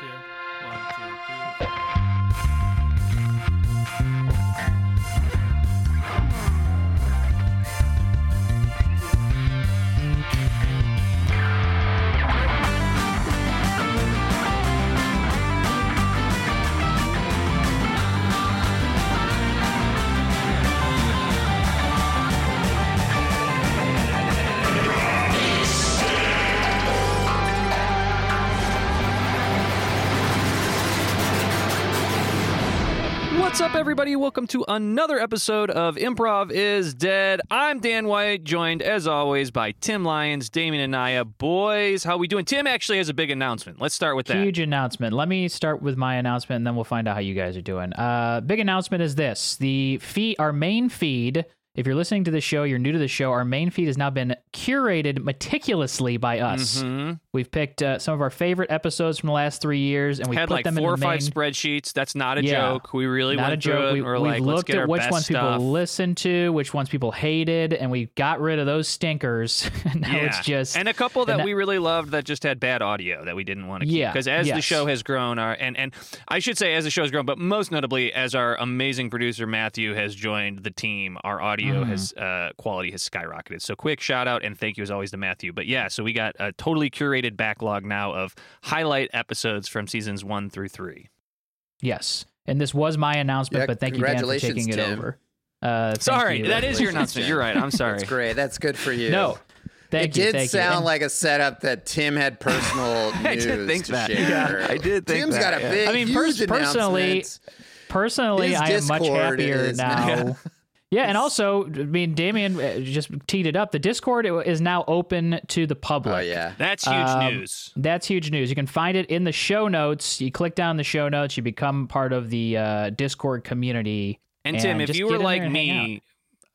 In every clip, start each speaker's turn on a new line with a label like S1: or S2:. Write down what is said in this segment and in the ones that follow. S1: two, one, two, three. What's up, everybody? Welcome to another episode of Improv is Dead. I'm Dan White, joined as always by Tim Lyons, Damien Anaya. Boys, how we doing? Tim actually has a big announcement. Let's start with that.
S2: Huge announcement. Let me start with my announcement and then we'll find out how you guys are doing. Uh, big announcement is this the feed, our main feed. If you're listening to the show, you're new to the show, our main feed has now been curated meticulously by us.
S1: Mhm.
S2: We've picked uh, some of our favorite episodes from the last three years and we
S1: Had
S2: put
S1: like
S2: them in
S1: four
S2: the
S1: or five
S2: main-
S1: spreadsheets. That's not a
S2: Yeah.
S1: joke. We really
S2: not
S1: went
S2: a
S1: through
S2: joke.
S1: it.
S2: We,
S1: and we're
S2: we've
S1: like, let's
S2: looked
S1: get our
S2: at which
S1: best
S2: ones
S1: stuff.
S2: people listened to, which ones people hated, and we got rid of those stinkers. and now
S1: yeah.
S2: it's just
S1: and a couple that
S2: and that-
S1: we really loved that just had bad audio that we didn't want to keep.
S2: Yeah,
S1: Because as the
S2: yes.
S1: show has grown, our and and I should say as the show has grown, but most notably as our amazing producer Matthew has joined the team, our audio
S2: Mhm.
S1: has uh, quality has skyrocketed. So quick shout out and thank you as always to Matthew. But yeah, so we got a totally curated backlog now of highlight episodes from seasons one through three.
S2: Yes. And this was my announcement,
S3: Yeah,
S2: but thank you, Dan, for
S3: congratulations,
S2: taking it
S3: Tim.
S2: over. Uh, thank
S1: Sorry,
S2: you.
S1: that is your
S3: Congratulations,
S1: announcement.
S3: Jen.
S1: You're right. I'm sorry.
S3: That's great. That's good for you.
S2: No. Thank
S3: it
S2: you.
S3: did
S2: thank
S3: sound
S2: you. And-
S3: like a setup that Tim had personal news
S1: I did think
S3: to
S1: that.
S3: share.
S1: Yeah, I did think
S3: Tim's
S1: that,
S3: got a
S1: yeah.
S3: big,
S2: I mean,
S3: huge
S2: pers- personally,
S3: announcement.
S2: Personally,
S3: His
S2: I am much
S3: Discord
S2: happier
S3: is now-
S2: now. Yeah. and also, I mean, Damien uh, just teed it up. The Discord is now open to the public.
S3: Oh yeah.
S1: That's huge
S2: Um,
S1: news.
S2: That's huge news. You can find it in the show notes. You click down the show notes, you become part of the uh, Discord community.
S1: And Tim, if
S2: just
S1: you
S2: get
S1: were
S2: in there
S1: like
S2: and hang out.
S1: me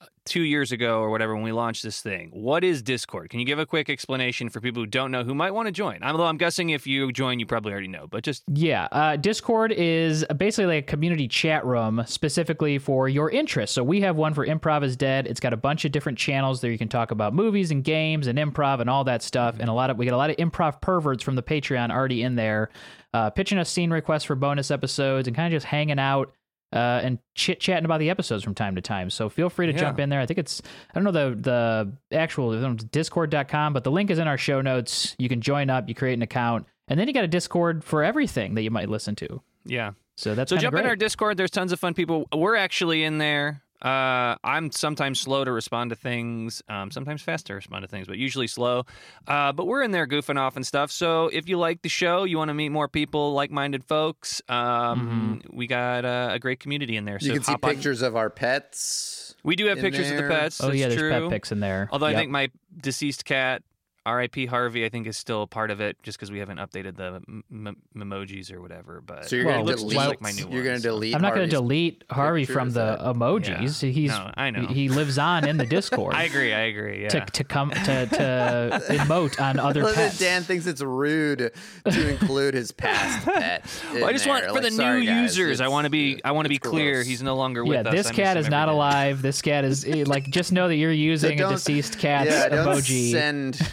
S1: uh, two years ago or whatever when we launched this thing, what is Discord? Can you give a quick explanation for people who don't know who might want to join? Although I'm guessing if you join, you probably already know, but just
S2: Yeah, uh, Discord is basically like a community chat room specifically for your interests. So we have one for Improv is Dead. It's got a bunch of different channels there. You can talk about movies and games and improv and all that stuff. And a lot of we get a lot of improv perverts from the Patreon already in there, uh, pitching us scene requests for bonus episodes and kind of just hanging out uh, and chit chatting about the episodes from time to time. So feel free to
S1: Yeah.
S2: jump in there. I think it's I don't know the the actual I don't know, discord.com, but the link is in our show notes. You can join up, you create an account, and then you got a Discord for everything that you might listen to.
S1: yeah.
S2: So that's
S1: So
S2: kinda
S1: jump in
S2: great.
S1: our Discord. There's tons of fun people. We're actually in there. Uh, I'm sometimes slow to respond to things, um, sometimes fast to respond to things, but usually slow. Uh, but we're in there goofing off and stuff. So if you like the show, you want to meet more people, like-minded folks, um,
S2: Mm-hmm.
S1: we got uh, a great community in there. So
S3: You can see
S1: hop on-
S3: pictures of our pets.
S1: We do have
S3: in
S1: pictures of the
S3: there.
S1: pets.
S2: oh
S1: that's
S2: yeah, there's
S1: true.
S2: pet pics in there.
S1: Although
S2: Yep.
S1: I think my deceased cat, R.I.P. Harvey, I think is still a part of it, just because we haven't updated the m- emojis or whatever. But
S3: So you're
S2: Well,
S1: it
S3: gonna
S1: looks
S3: delete.
S1: just like my new
S3: you're gonna
S1: ones.
S3: delete.
S2: I'm not going
S3: Harvey's-
S2: to delete Harvey
S3: picture,
S2: from
S3: is
S2: the
S3: that-
S2: emojis.
S1: Yeah.
S2: He's
S1: No, I know.
S2: he lives on in the Discord.
S1: I agree. I agree. Yeah.
S2: To, to come to, to emote on other
S3: Look at
S2: pets.
S3: Dan thinks it's rude to include his past pet. in
S1: Well, I just want
S3: there.
S1: for
S3: Like,
S1: the new
S3: sorry, guys,
S1: users. I
S3: it's-
S1: want to be. I want to be
S3: it's
S1: clear.
S3: gross.
S1: He's no longer
S2: Yeah,
S1: with us.
S2: this
S1: I miss
S2: cat
S1: him
S2: is
S1: every
S2: not
S1: day.
S2: alive. This cat is eh, like just know that you're using a
S3: don't-
S2: deceased cat's
S3: yeah, don't
S2: emoji.
S3: send.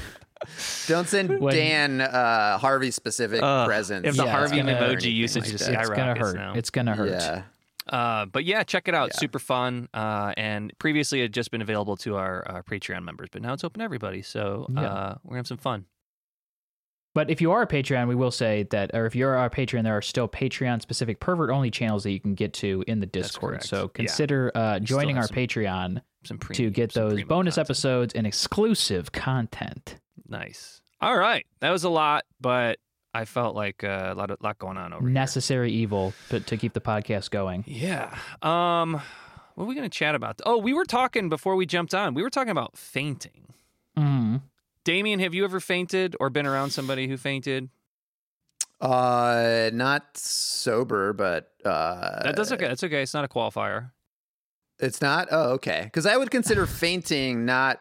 S3: Don't send
S2: When-
S3: Dan uh, Harvey specific
S1: Ugh,
S3: presents.
S1: if the
S3: Yeah,
S1: Harvey
S3: it's gonna-
S1: emoji
S3: or anything
S1: usage
S3: like
S1: just
S3: that.
S2: it's gonna
S1: skyrockets
S2: hurt.
S1: now.
S2: It's gonna hurt.
S3: Yeah.
S1: Uh, but yeah, check it out.
S3: Yeah.
S1: Super fun. Uh, and previously, it had just been available to our, our Patreon members, but now it's open to everybody. So
S2: Yeah.
S1: uh, we're gonna have some fun.
S2: But if you are a Patreon, we will say that, or if you're our Patreon, there are still Patreon specific pervert only channels that you can get to in the Discord.
S1: correct.
S2: So
S1: Yeah.
S2: consider uh,
S1: still
S2: joining
S1: have
S2: our
S1: some
S2: Patreon
S1: Some pre-
S2: to get those bonus episodes and exclusive content.
S1: Nice. All right, that was a lot, but I felt like uh, a lot of lot going on over
S2: Necessary evil, but to keep the podcast going.
S1: here. Yeah. Um, what are we gonna chat about? Oh, we were talking before we jumped on. We were talking about fainting.
S2: Mm.
S1: Damien, have you ever fainted or been around somebody who fainted?
S3: Uh, not sober, but uh,
S1: That, that's okay. That's okay. It's not a qualifier.
S3: It's not. Oh, okay. Because I would consider fainting not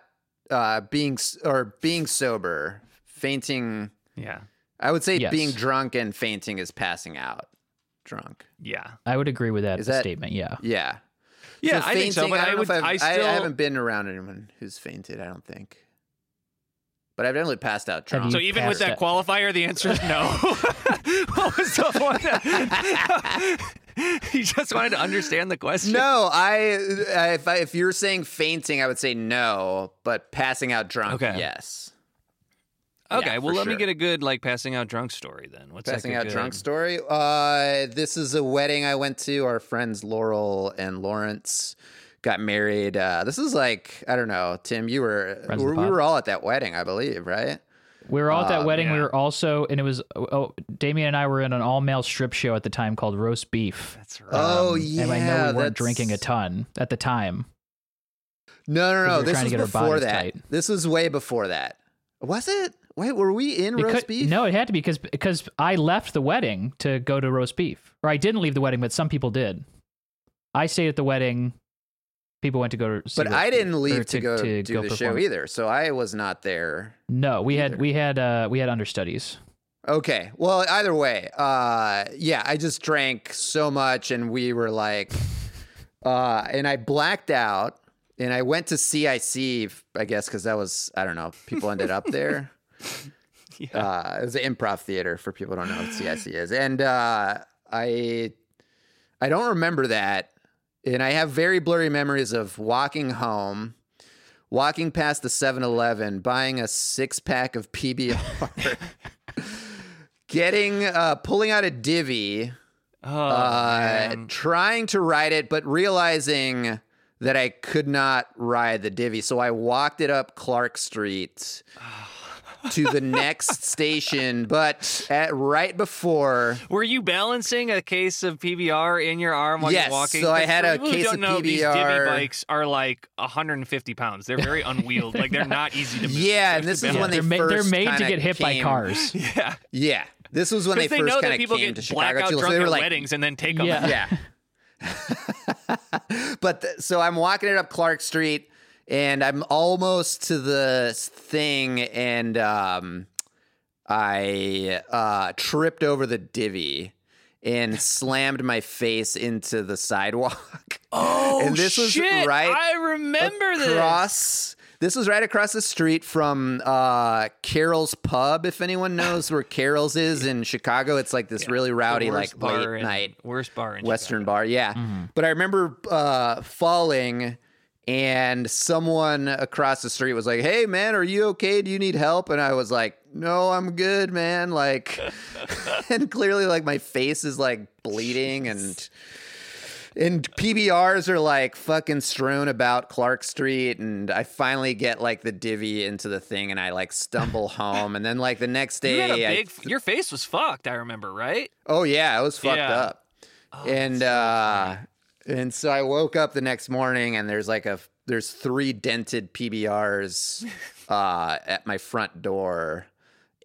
S3: uh being s- or being sober. Fainting.
S1: Yeah.
S3: I would say
S2: Yes.
S3: being drunk and fainting is passing out. Drunk.
S1: Yeah.
S2: I would agree with that,
S3: Is that-
S2: statement. Yeah.
S3: Yeah.
S1: Yeah,
S3: So
S1: I think so.
S3: fainting,
S1: But I,
S3: don't know
S1: would.
S3: if I've-
S1: I
S3: I-
S1: still.
S3: I haven't been around anyone who's fainted. I don't think. But I've definitely passed out
S2: Have
S3: drunk.
S1: so
S2: you
S1: even with that
S2: passed
S1: qualifier, the answer is no. What was the one? you just wanted to understand the question.
S3: No, I, I if I, if you're saying fainting, I would say no, but passing out drunk,
S1: Okay.
S3: yes.
S1: Okay,
S3: Yeah,
S1: well,
S3: for
S1: let me
S3: sure.
S1: get a good like passing out drunk story then. What's like,
S3: Passing
S1: a
S3: out
S1: good-
S3: drunk story. Uh, this is a wedding I went to. Our friends Laurel and Lawrence got married. Uh, this is like I don't know, Tim. You were
S2: Friends of
S3: we,
S2: the
S3: we
S2: pod.
S3: were all at that wedding, I believe, right?
S2: We were all at that
S3: Um,
S2: wedding. We
S1: yeah.
S2: were also, and it was, oh, oh, Damien and I were in an all male strip show at the time called Roast Beef.
S1: That's right.
S3: Oh
S2: Um,
S3: yeah,
S2: And I know we weren't
S3: that's-
S2: drinking a ton at the time.
S3: No, no,
S2: we
S3: no.
S2: were
S3: This
S2: trying to
S3: was
S2: get our
S3: before
S2: bodies
S3: that.
S2: tight.
S3: This was way before that. Was it? Wait, were we in
S2: It
S3: roast
S2: could-
S3: beef?
S2: No, it had to be because because I left the wedding to go to roast beef, or I didn't leave the wedding, but some people did. I stayed at the wedding. People went to go to, see
S3: but
S2: roast
S3: I didn't
S2: beef, or
S3: leave to, go do
S2: go
S3: the
S2: perform.
S3: show either, so I was not there.
S2: No, we had
S3: either.
S2: we had uh we had understudies.
S3: Okay. Well, either way, uh, yeah, I just drank so much, and we were like, uh, and I blacked out, and I went to CIC, I guess, because that was I don't know. People ended up there.
S1: Yeah.
S3: Uh, it was an improv theater for people who don't know what CIC is, and uh, I I don't remember that, and I have very blurry memories of walking home, walking past the 7-Eleven, buying a six pack of PBR, getting uh, pulling out a divvy,
S1: oh,
S3: uh,
S1: man.
S3: trying to ride it, but realizing that I could not ride the divvy. So I walked it up Clark Street to the next station, but at right before.
S1: Were you balancing a case of PBR in your arm while
S3: Yes,
S1: you're walking?
S3: so I
S1: Because
S3: had a
S1: for people who
S3: case
S1: don't
S3: of
S1: know, These
S3: PBR.
S1: divvy bikes are like 150 pounds. They're very unwieldy. like they're not easy to move.
S3: Yeah,
S1: So
S3: and
S1: you
S3: this
S1: have
S3: is
S1: to
S3: when they
S2: they're, ma- they're
S3: first
S2: made to
S3: kinda
S2: get hit by
S3: came-
S2: cars.
S1: balance. Yeah,
S3: Yeah, this was when they
S1: because they,
S3: first
S1: know
S3: kind
S1: that
S3: of
S1: people
S3: came
S1: get
S3: to Chicago
S1: blackout
S3: too. So
S1: drunk
S3: they
S1: at
S3: were like,
S1: weddings and then take them.
S2: Yeah.
S3: yeah. but th- so I'm walking it up Clark Street, and I'm almost to the thing, and um, I uh, tripped over the divvy and slammed my face into the sidewalk.
S1: Oh
S3: And this was
S1: shit!
S3: right
S1: I remember this.
S3: across. This was right across the street from uh, Carol's Pub. If anyone knows where Carol's is in Chicago, it's like this really rowdy,
S1: The
S3: like
S1: worst bar
S3: late
S1: in-
S3: night
S1: worst bar in Mm-hmm.
S3: Western bar, yeah. But I remember uh, falling, and someone across the street was like, "Hey, man, are you okay? Do you need help?" And I was like, "No, I'm good, man." Like, and clearly, like my face is like bleeding, and and PBRs are like fucking strewn about Clark Street, and I finally get like the divvy into the thing, and I like stumble home, and then like the next
S1: Chicago.
S3: day,
S1: You had a
S3: I
S1: big, your face was fucked. I remember, right?
S3: Oh yeah, it was fucked
S1: Yeah. Oh,
S3: up. and uh and so I woke up the next morning and there's like a there's three dented PBRs uh at my front door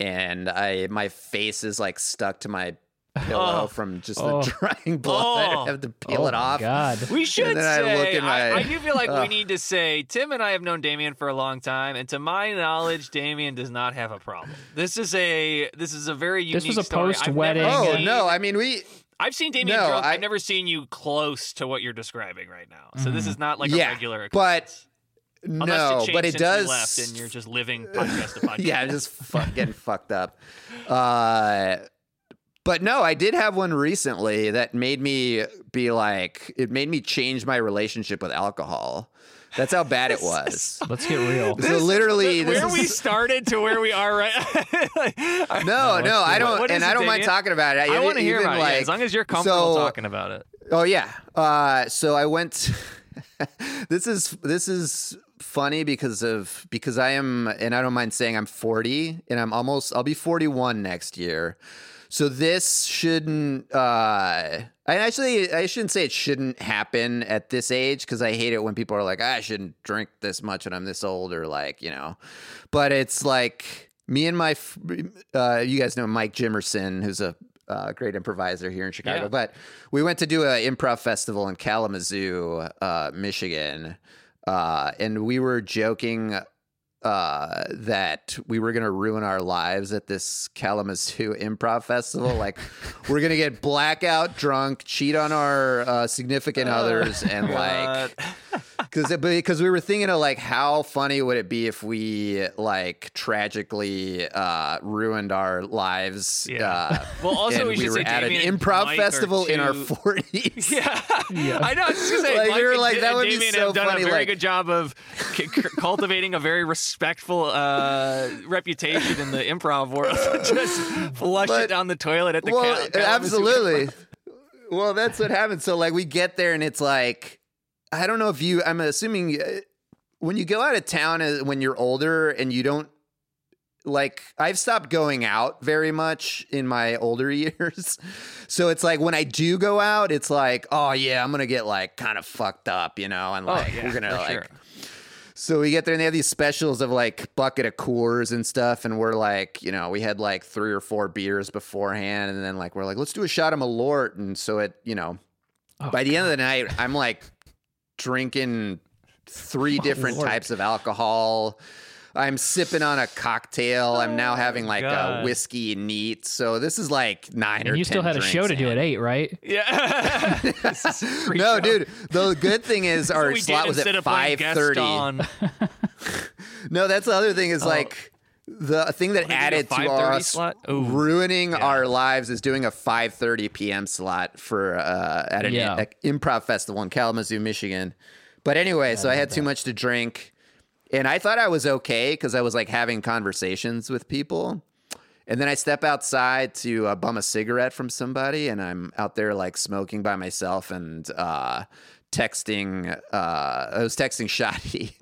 S3: and I my face is like stuck to my pillow
S1: Oh.
S3: from just
S2: Oh.
S3: the drying blood.
S1: Oh.
S3: I have to peel
S2: oh
S3: it
S2: my
S3: off.
S2: God.
S1: We should
S3: then I
S1: say.
S3: look in
S1: I,
S3: my-
S1: I do feel like we
S3: Ugh.
S1: need to say Tim and I have known Damien for a long time, and to my knowledge, Damien does not have a problem. This is a this is a very unique.
S2: This was a
S1: story. I've
S2: post-wedding-
S1: never
S3: Oh
S1: seen-
S3: no, I mean we
S1: I've seen Damien
S3: No,
S1: drunk.
S3: I-
S1: I've never seen you close to what you're describing right now. So
S2: Mm.
S1: this is not like
S3: Yeah,
S1: a regular.
S3: but
S1: occurrence. Unless
S3: no,
S1: changed
S3: but it
S1: since
S3: does
S1: You left and you're just living podcast to podcast.
S3: yeah, I'm just fuck, getting fucked up. Uh, but no, I did have one recently that made me be like, it made me change my relationship with alcohol. That's how bad it was.
S2: Let's get real.
S3: So literally, this
S1: where
S3: is,
S1: we started to where we are right.
S3: no, no, I don't,
S1: What is
S3: and
S1: it,
S3: I don't mind
S1: Damien?
S3: talking about it.
S1: I want to hear
S3: even,
S1: about it yeah,
S3: like-
S1: as long as you're comfortable
S3: so-
S1: talking about it.
S3: Oh yeah. Uh, so I went. this is this is funny because of because I am and I don't mind saying I'm 40 and I'm almost I'll be 41 next year. So this shouldn't. Uh, I actually I shouldn't say it shouldn't happen at this age because I hate it when people are like I shouldn't drink this much when I'm this old or like you know, but it's like me and my f- uh, you guys know Mike Jimerson who's a uh, great improviser here in Chicago,
S1: Yeah.
S3: but we went to do an improv festival in Kalamazoo, uh, Michigan, uh, and we were joking uh, that we were going to ruin our lives at this Kalamazoo Improv Festival. Like, we're going to get blackout drunk, cheat on our uh, significant others, and like
S1: Uh,
S3: because because we were thinking of like how funny would it be if we like tragically uh, ruined our lives.
S1: Yeah.
S3: Uh,
S1: Well, also
S3: and
S1: we, should
S3: were
S1: say
S3: at
S1: Damien
S3: an
S1: and
S3: improv
S1: Mike are
S3: festival in our
S1: two-
S3: forties.
S1: Yeah. I know. I was just gonna say,
S3: Like, we
S1: Mike
S3: were
S1: and
S3: like,
S1: Da-
S3: that would be
S1: Damien
S3: so
S1: have done
S3: funny,
S1: a very
S3: like-
S1: good job of c- c- cultivating a very respectful uh, reputation in the improv world. just flush
S3: But-
S1: it down the toilet at the
S3: well,
S1: cal- Kalamazoo
S3: absolutely. well, that's what happened. So like we get there and it's like I don't know if you I'm assuming uh, when you go out of town uh, when you're older and you don't like I've stopped going out very much in my older years. So it's like when I do go out, it's like, oh yeah, I'm going to get like kind of fucked up, you know, and
S1: Oh,
S3: like
S1: yeah,
S3: we're going to
S1: for
S3: like
S1: sure.
S3: so we get there and they have these specials of like bucket of Coors and stuff, and we're like, you know, we had like three or four beers beforehand, and then like we're like, let's do a shot of Malort, and so it, you know,
S2: Oh,
S3: by the end of the night, I'm like drinking three different
S2: Lord.
S3: types of alcohol. I'm sipping on a cocktail. I'm
S2: Oh,
S3: now having like
S1: God.
S3: a whiskey neat. So this is like nine or
S2: And you still
S3: 10
S2: had a show
S3: drinks
S2: to do at
S3: in.
S2: eight, right?
S1: Yeah. This is a freak
S3: No,
S1: show.
S3: dude. The good thing is
S1: That's what
S3: our
S1: we
S3: slot
S1: did
S3: was
S1: instead
S3: at
S1: of playing
S3: five thirty.
S1: Gaston.
S3: No, that's the other thing is
S1: Oh.
S3: like the thing that
S1: they did a
S3: added to
S1: 5:30
S3: us
S1: slot? Ooh.
S3: ruining our lives is doing a 5:30 p.m. slot for uh, at an
S2: Yeah.
S3: a- improv festival in Kalamazoo, Michigan. But anyway, so I had too much to drink, and I thought I was okay because I was like having conversations with people. And then I step outside to uh, bum a cigarette from somebody, and I'm out there like smoking by myself and uh, texting. Uh, I was texting Shoddy.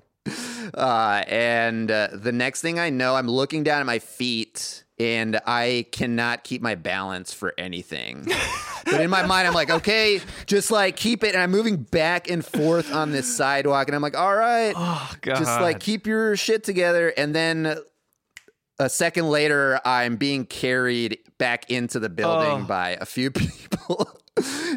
S3: Uh, and uh, the next thing I know, I'm looking down at my feet and I cannot keep my balance for anything. but in my mind, I'm like, okay, just like keep it. And I'm moving back and forth on this sidewalk. And I'm like, all right,
S1: Oh, God.
S3: just like keep your shit together. And then a second later, I'm being carried back into the building
S1: Oh.
S3: by a few people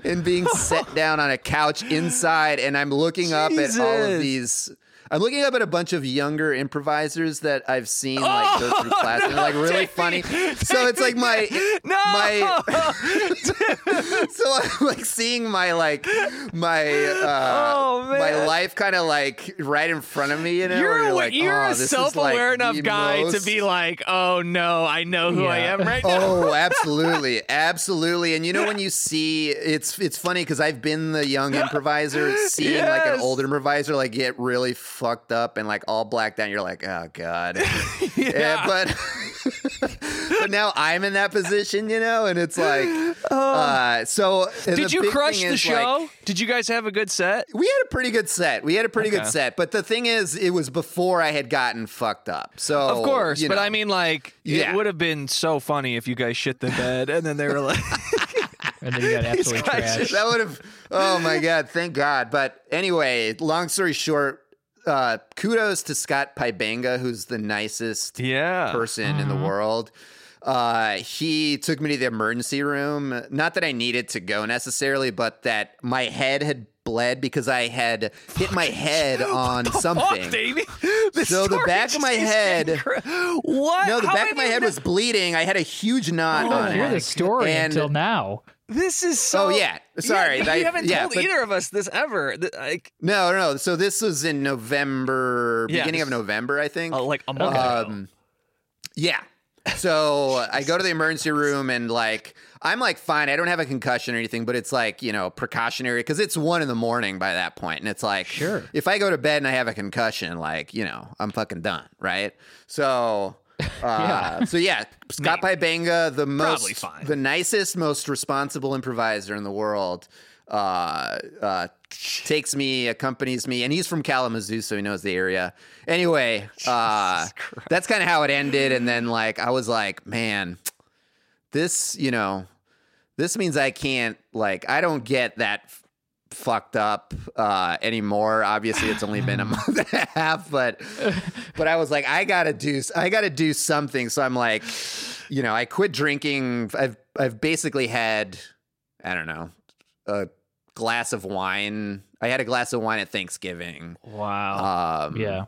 S3: and being set down on a couch inside. And I'm looking up at all
S1: Jesus.
S3: of these. I'm looking up at a bunch of younger improvisers that I've seen like go through
S1: Oh,
S3: class and they're like really funny. So it's like my
S1: No!
S3: my so I'm like seeing my like my uh,
S1: Oh, man.
S3: my life kind of like right in front of me. You know, where
S1: You're, awa-
S3: like,
S1: you're
S3: "Oh,
S1: a
S3: this is,
S1: self-aware
S3: like,
S1: enough
S3: the
S1: guy to
S3: most-
S1: be like, oh no, I know who I
S2: Yeah.
S1: am right now.
S3: Oh, absolutely, absolutely. And you know when you see it's it's funny because I've been the young improviser, seeing like an
S1: Yes.
S3: older improviser like get really fucked up and like all blacked out. and You're like, oh god. Yeah, but but now I'm in that position, you know, and it's like, uh, so
S1: Oh.
S3: and
S1: Did
S3: the
S1: you
S3: big
S1: crush
S3: thing
S1: the
S3: is, like,
S1: show? Did you guys have a good set?
S3: we had a pretty good set. We had a pretty good
S1: Okay.
S3: set, but the thing is, it was before I had gotten fucked up. So
S1: Of course,
S3: Oh, you
S1: but
S3: know.
S1: I mean, like,
S3: Yeah.
S1: it would have been so funny if you guys shit the bed, and then they were like,
S2: And then you got absolutely
S1: guys-
S2: trashed.
S3: that would have. Oh my god! Thank God. But anyway, long story short, uh, kudos to Scott Pibanga, who's the nicest
S1: "Yeah, Mm-hmm.
S3: person in the world. Uh, he took me to the emergency room. Not that I needed to go necessarily, but that my head had bled because I had hit my head on something.
S1: fuck, Davey." This
S3: So the
S1: story
S3: back of my
S1: just keeps getting
S3: head-
S1: cra- what?
S3: No, the
S1: How
S3: back of my
S1: many
S3: head
S1: kn-
S3: was bleeding. I had a huge
S2: I
S3: knot on
S2: don't hear
S3: it.
S2: this story
S3: And-
S2: until now.
S1: This is so.
S3: Oh, yeah. Sorry,
S1: you,
S3: I-
S1: haven't
S3: yeah,
S1: told
S3: but-
S1: either of us this ever. Th- Like,
S3: No, no. So this was in November,
S1: Yeah,
S3: beginning
S1: this-
S3: of November, I think.
S1: uh, like a month ago.
S3: Um, yeah. So I go to the emergency room and like I'm like fine. I don't have a concussion or anything, but it's like you know precautionary because it's one in the morning by that point, and it's like
S2: Sure.
S3: If I go to bed and I have a concussion, like you know I'm fucking done, right? So. Uh, So yeah, Scott Pibanga, the
S1: Probably
S3: most,
S1: fine.
S3: the nicest, most responsible improviser in the world, uh, uh, takes me, accompanies me, and he's from Kalamazoo, so he knows the area. Anyway, uh, that's kind of how it ended, and then like I was like, man, this, you know, this means I can't like I don't get that f- fucked up uh anymore obviously it's only been a month and a half but but i was like i gotta do i gotta do something so i'm like you know i quit drinking i've i've basically had i don't know a glass of wine i had a glass of wine at thanksgiving
S2: Wow.
S3: um
S2: Oh, yeah.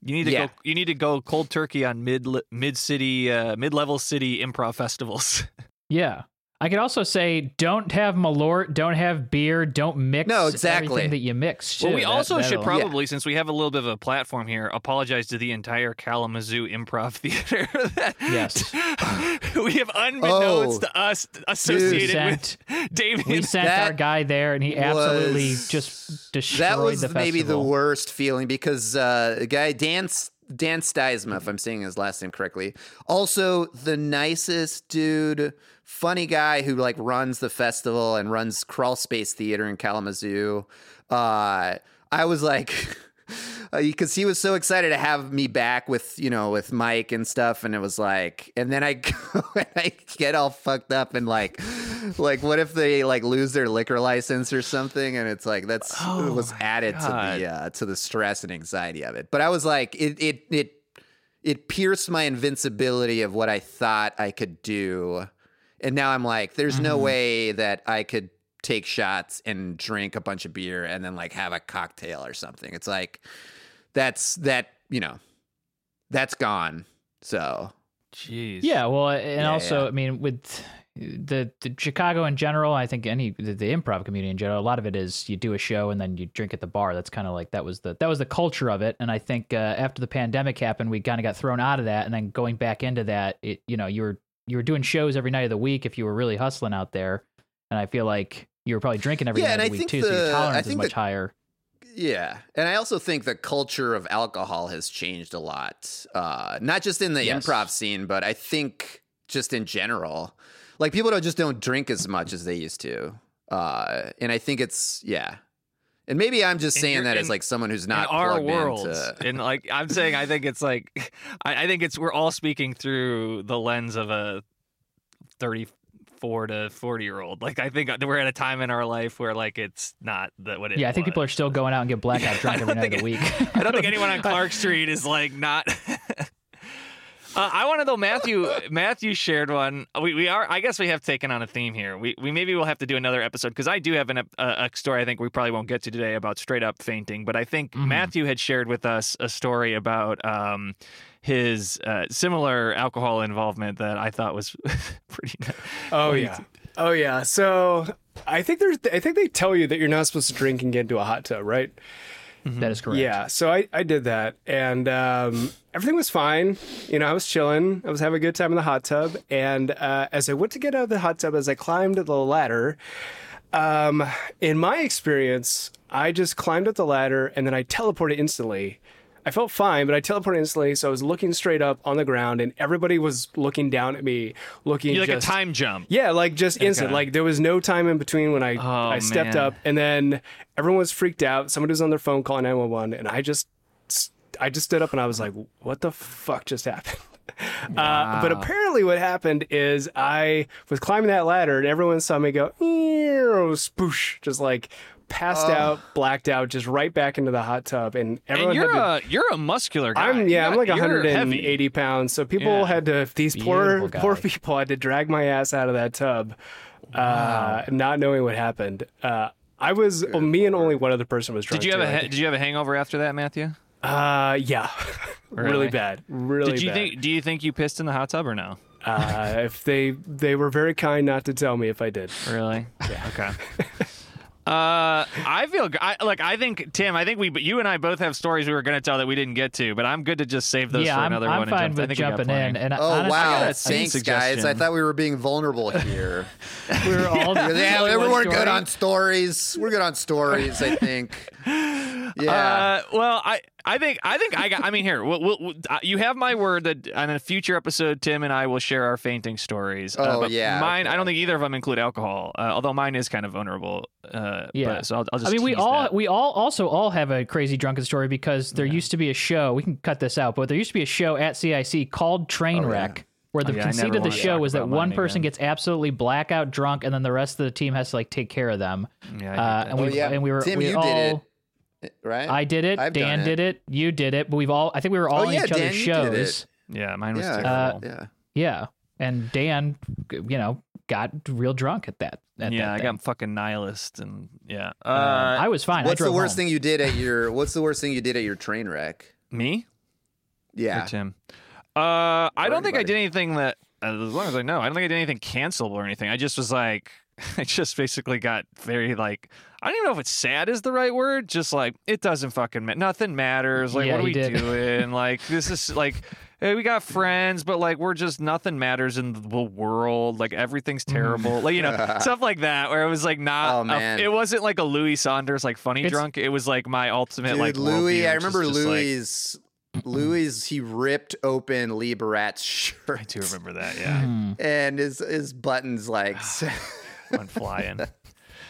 S1: You need to
S3: Yeah.
S1: go. You need to go cold turkey on mid mid city uh, mid level city improv festivals.
S2: Yeah. I could also say, don't have Malort, don't have beer, don't mix.
S3: No, exactly.
S2: everything that you mix.
S1: Well,
S2: too.
S1: we
S2: That-
S1: also should
S2: that'll-
S1: probably, since we have a little bit of a platform here, apologize to the entire Kalamazoo Improv Theater. that-
S2: Yes.
S1: we have unbeknownst
S3: Oh,
S1: to us associated
S2: sent-
S1: with David.
S2: We sent
S3: That
S2: our guy there, and he absolutely
S3: was-
S2: just destroyed
S3: That was
S2: the
S3: maybe the
S2: festival.
S3: worst feeling because uh, the guy Dan S- Dan Steisma, if I'm saying his last name correctly, also the nicest dude, funny guy who like runs the festival and runs Crawl Space Theater in Kalamazoo. Uh, I was like. Because he was so excited to have me back with you know with Mike and stuff, and it was like, and then I go and I get all fucked up and like, like what if they like lose their liquor license or something, and it's like that's
S1: Oh
S3: it was added to
S1: God.
S3: the uh, to the stress and anxiety of it. But I was like, it it it it pierced my invincibility of what I thought I could do, and now I'm like, there's no way that I could take shots and drink a bunch of beer and then like have a cocktail or something. It's like that's that you know that's gone. So
S1: Jeez.
S2: Yeah, well, and
S3: Yeah,
S2: also,
S3: yeah.
S2: I mean, with the, the Chicago in general, I think any the, the improv community in general, a lot of it is you do a show and then you drink at the bar. That's kind of like that was the that was the culture of it. And I think uh, after the pandemic happened, we kind of got thrown out of that, and then going back into that, it you know you were you were doing shows every night of the week if you were really hustling out there, and I feel like you were probably drinking every
S3: Yeah,
S2: night
S3: and
S2: of
S3: I
S2: the week
S3: think
S2: too, so
S3: the-
S2: your
S3: I
S2: tolerance is
S3: think
S2: much
S3: the-
S2: higher.
S3: Yeah, and I also think the culture of alcohol has changed a lot. Uh, not just in the
S2: Yes.
S3: improv scene, but I think just in general, like people don't just don't drink as much as they used to. Uh, and I think it's yeah, and maybe I'm just
S1: In
S3: saying
S1: your-
S3: that
S1: in-
S3: as like someone who's
S1: in
S3: not
S1: our
S3: plugged
S1: world,
S3: Into, Oh,
S1: and like I'm saying, I think it's like, I, I think it's we're all speaking through the lens of a 34 to 40 year old. Like I think we're at a time in our life where like it's not that what it.
S2: Yeah, I think people are
S1: was.
S2: still going out and get blackout
S1: Yeah,
S2: drunk
S1: I
S2: every
S1: don't
S2: night of the week.
S1: think- I don't think anyone on Clark Street is like not. uh, I want to though. Matthew Matthew shared one. We, we are. I guess we have taken on a theme here. We, we maybe we'll have to do another episode because I do have an, ep- a, a story. I think we probably won't get to today about straight up fainting. But I think
S4: Mm-hmm.
S2: Mhm.
S1: Matthew had shared with us a story about um, his uh, similar alcohol involvement that I thought was pretty.
S4: Oh
S1: Wait.
S4: yeah. Oh yeah. So I think there's I think they tell you that you're not supposed to drink and get into a hot tub, right?
S2: that is correct.
S4: Yeah. So I, I did that and um, everything was fine. You know, I was chilling. I was having a good time in the hot tub. And uh, as I went to get out of the hot tub, as I climbed the ladder, um, in my experience, I just climbed up the ladder and then I teleported instantly. I felt fine, but I teleported instantly. So I was looking straight up on the ground and everybody was looking down at me, looking
S1: You're like
S4: just-
S1: a time jump.
S4: yeah, like just instant.
S1: Okay.
S4: Like there was no time in between when I
S1: Oh,
S4: I stepped
S1: man.
S4: up, and then everyone was freaked out. Somebody was on their phone calling nine one one, and I just I just stood up and I was like, "What the fuck just happened?" Uh, but apparently, what happened is I was climbing that ladder, and everyone saw me go, "Ew," spoosh, just like passed out, blacked out, just right back into the hot tub, and
S1: And
S4: everyone
S1: you're
S4: had to.
S1: a you're a muscular guy.
S4: I'm yeah, I'm
S1: You're-
S4: like
S1: you're
S4: 180
S1: heavy.
S4: pounds. So people
S1: Yeah.
S4: had to these
S2: Beautiful
S4: poor
S2: guy.
S4: poor people had to drag my ass out of that tub, uh, not knowing what happened. Uh, I was well, me and only one other person was drunk.
S1: Did you have a
S4: too, I
S1: ha-
S4: think.
S1: did you have a hangover after that, Matthew?
S4: Uh, yeah, really?
S1: Really?
S4: bad. Really
S1: Did you
S4: bad.
S1: think? Do you think you pissed in the hot tub or no?
S4: uh, if they they were very kind not to tell me if I did.
S1: Really? Yeah. Okay. Uh, I feel g- I, like I think Tim. I think we, but you and I both have stories we were going to tell that we didn't get to. But I'm good to just save those
S2: yeah,
S1: for
S2: I'm,
S1: another
S2: I'm
S1: one.
S2: fine
S1: and jump, I
S2: with
S1: think we got
S2: jumping
S1: plenty.
S2: in. And
S3: oh
S2: honestly,
S1: got
S3: wow,
S1: a
S3: thanks
S1: suggestion.
S3: guys. I thought we were being vulnerable here.
S2: we were all
S3: yeah,
S2: telling
S3: we
S2: one
S3: we're
S2: story.
S3: good on stories. We're good on stories. I think. Yeah.
S1: Uh, well, I, I think I think I got. I mean, here, we'll, we'll, we'll- uh, you have my word that on a future episode, Tim and I will share our fainting stories. Uh,
S3: Oh,
S1: but
S3: yeah,
S1: Mine. I
S3: okay.
S1: don't think either of them include alcohol. Uh, although mine is kind of vulnerable. Uh,
S2: Yeah.
S1: But, so I'll, I'll just.
S2: I mean, we
S1: tease
S2: all
S1: that.
S2: we all also all have a crazy drunken story because there used to be a show. We can cut this out, but there used to be a show at CIC called Trainwreck, where the
S1: Oh, yeah, I
S2: conceit
S1: never
S2: of the
S1: wanna
S2: show
S1: talk
S2: was that
S1: about
S2: one
S1: mine
S2: person
S1: again.
S2: gets absolutely blackout drunk, and then the rest of the team has to like take care of them.
S1: Yeah, I hate
S2: Uh,
S1: that.
S2: and we
S3: Oh, yeah.
S2: and we were
S3: Tim,
S2: we
S3: you
S2: all.
S3: did it. Eh, right.
S2: I did it.
S3: I've
S2: Dan
S3: done it. Oh,
S2: did it. You did it. But we've all. I think we were all in
S3: yeah,
S2: each other's
S3: Dan, you did it.
S2: shows.
S1: yeah, mine was
S3: Yeah.
S1: terrible.
S2: Uh,
S3: yeah.
S2: Yeah, and Dan, you know, got real drunk at that. At
S1: yeah,
S2: that
S1: I
S2: thing.
S1: got fucking nihilist and yeah. Uh,
S2: Um, I was fine. I
S3: What's the
S2: drove
S3: worst
S2: home.
S3: thing you did at your What's the worst thing you did at your train wreck?
S1: me
S3: Yeah.
S1: or Tim? Uh, I don't think I
S3: anybody.
S1: did anything that as long as I know, I don't think I did anything cancelable or anything. I just was like, I just basically got very like, I don't even know if it's sad is the right word. Just like it doesn't fucking matter. Nothing matters. Like
S2: Yeah,
S1: what are we
S2: you did.
S1: doing? like this is like. Hey, we got friends, but like we're just nothing matters in the world. Like everything's terrible. like you know stuff like that, where it was like not.
S3: Mm. Oh,
S1: a-
S3: man.
S1: it wasn't like a Louis Saunders like funny
S2: It's-
S1: drunk. It was like my ultimate
S3: Dude,
S1: like
S3: Louis,
S1: worldview,
S3: I
S1: which is
S3: remember
S1: just, like-
S3: Louis. Louis, he ripped open Lee Barat's shirt.
S1: I do remember that. Yeah,
S2: Hmm.
S3: And his his buttons like.
S1: went flying.
S3: that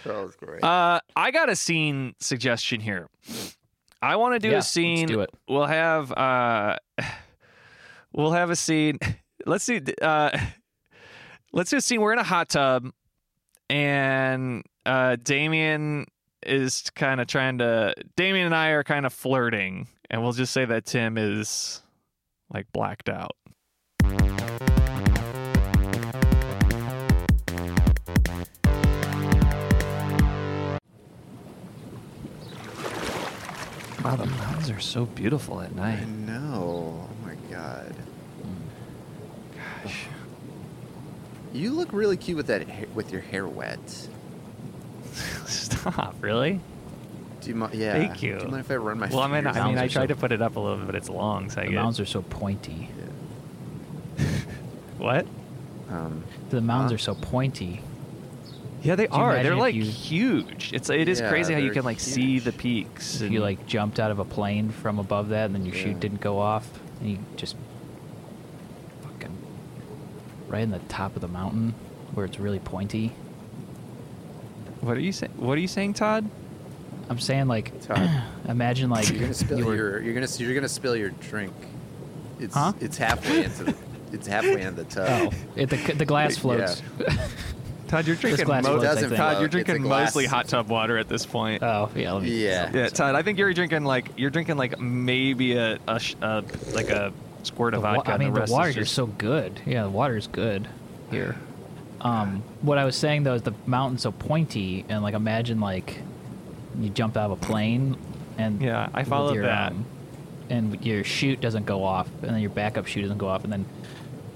S3: was great.
S1: Uh, I got a scene suggestion here. I want to do a
S2: Yeah, let's
S1: scene.
S2: do it.
S1: We'll have uh, we'll have a scene. Let's see. Uh, let's do a scene. We're in a hot tub, and uh, Damien is kind of trying to. Damien and I are kind of flirting, and we'll just say that Tim is like blacked out. Wow, the mountains are so beautiful at
S3: I
S1: night.
S3: know. Oh my god.
S1: Hmm.
S3: Gosh. You look really cute with that ha- with your hair wet.
S1: Stop, really?
S3: Do you mind? Yeah.
S1: Thank you.
S3: Do you mind if I run my?
S1: Well, I mean,
S3: fingers
S1: I, mean,
S2: Mounds
S1: I
S2: are so-
S1: tried to put it up a little bit, but it's long, so I
S2: The
S1: get
S2: mounds are so pointy.
S1: what?
S3: Um,
S2: The mounds
S3: Huh?
S2: are so pointy.
S1: Yeah, they
S2: Could you
S1: are. They're
S2: imagine if
S1: like
S2: you-
S1: huge. It's it is
S3: Yeah,
S1: crazy how you
S3: they're
S1: can like see
S3: huge.
S1: the peaks.
S2: If
S1: and-
S2: you like jumped out of a plane from above that and then your
S3: Yeah.
S2: chute didn't go off and you just fucking right in the top of the mountain where it's really pointy.
S1: what are you saying? What are you saying, Todd?
S2: I'm saying like
S3: Todd,
S2: imagine like
S3: you're gonna spill
S2: you were-
S3: your. You're gonna. You're gonna spill your drink. It's
S2: Huh?
S3: it's halfway into. The, it's halfway in the
S2: oh
S3: tub.
S2: it, the, the glass
S3: uh, Yeah.
S2: floats.
S1: Todd, you're drinking.
S2: glass
S1: mo-
S2: floats, I
S1: Todd,
S2: think.
S1: you're
S3: It's a
S1: drinking
S3: glass.
S1: mostly hot tub water at this point.
S2: oh yeah. Let me,
S3: Yeah.
S1: yeah, Todd, I think you're drinking like you're drinking like maybe a, a, sh- a like a squirt of
S2: The wa-
S1: vodka.
S2: I
S1: and
S2: mean,
S1: the,
S2: the,
S1: rest
S2: water
S1: is
S2: here is
S1: just-
S2: so good. Yeah, the water is good here. Um, what I was saying though is the mountain's so pointy, and like imagine like you jump out of a plane, and
S1: Yeah, I
S2: with um,
S1: followed that.
S2: and your chute doesn't go off, and then your backup chute doesn't go off, and then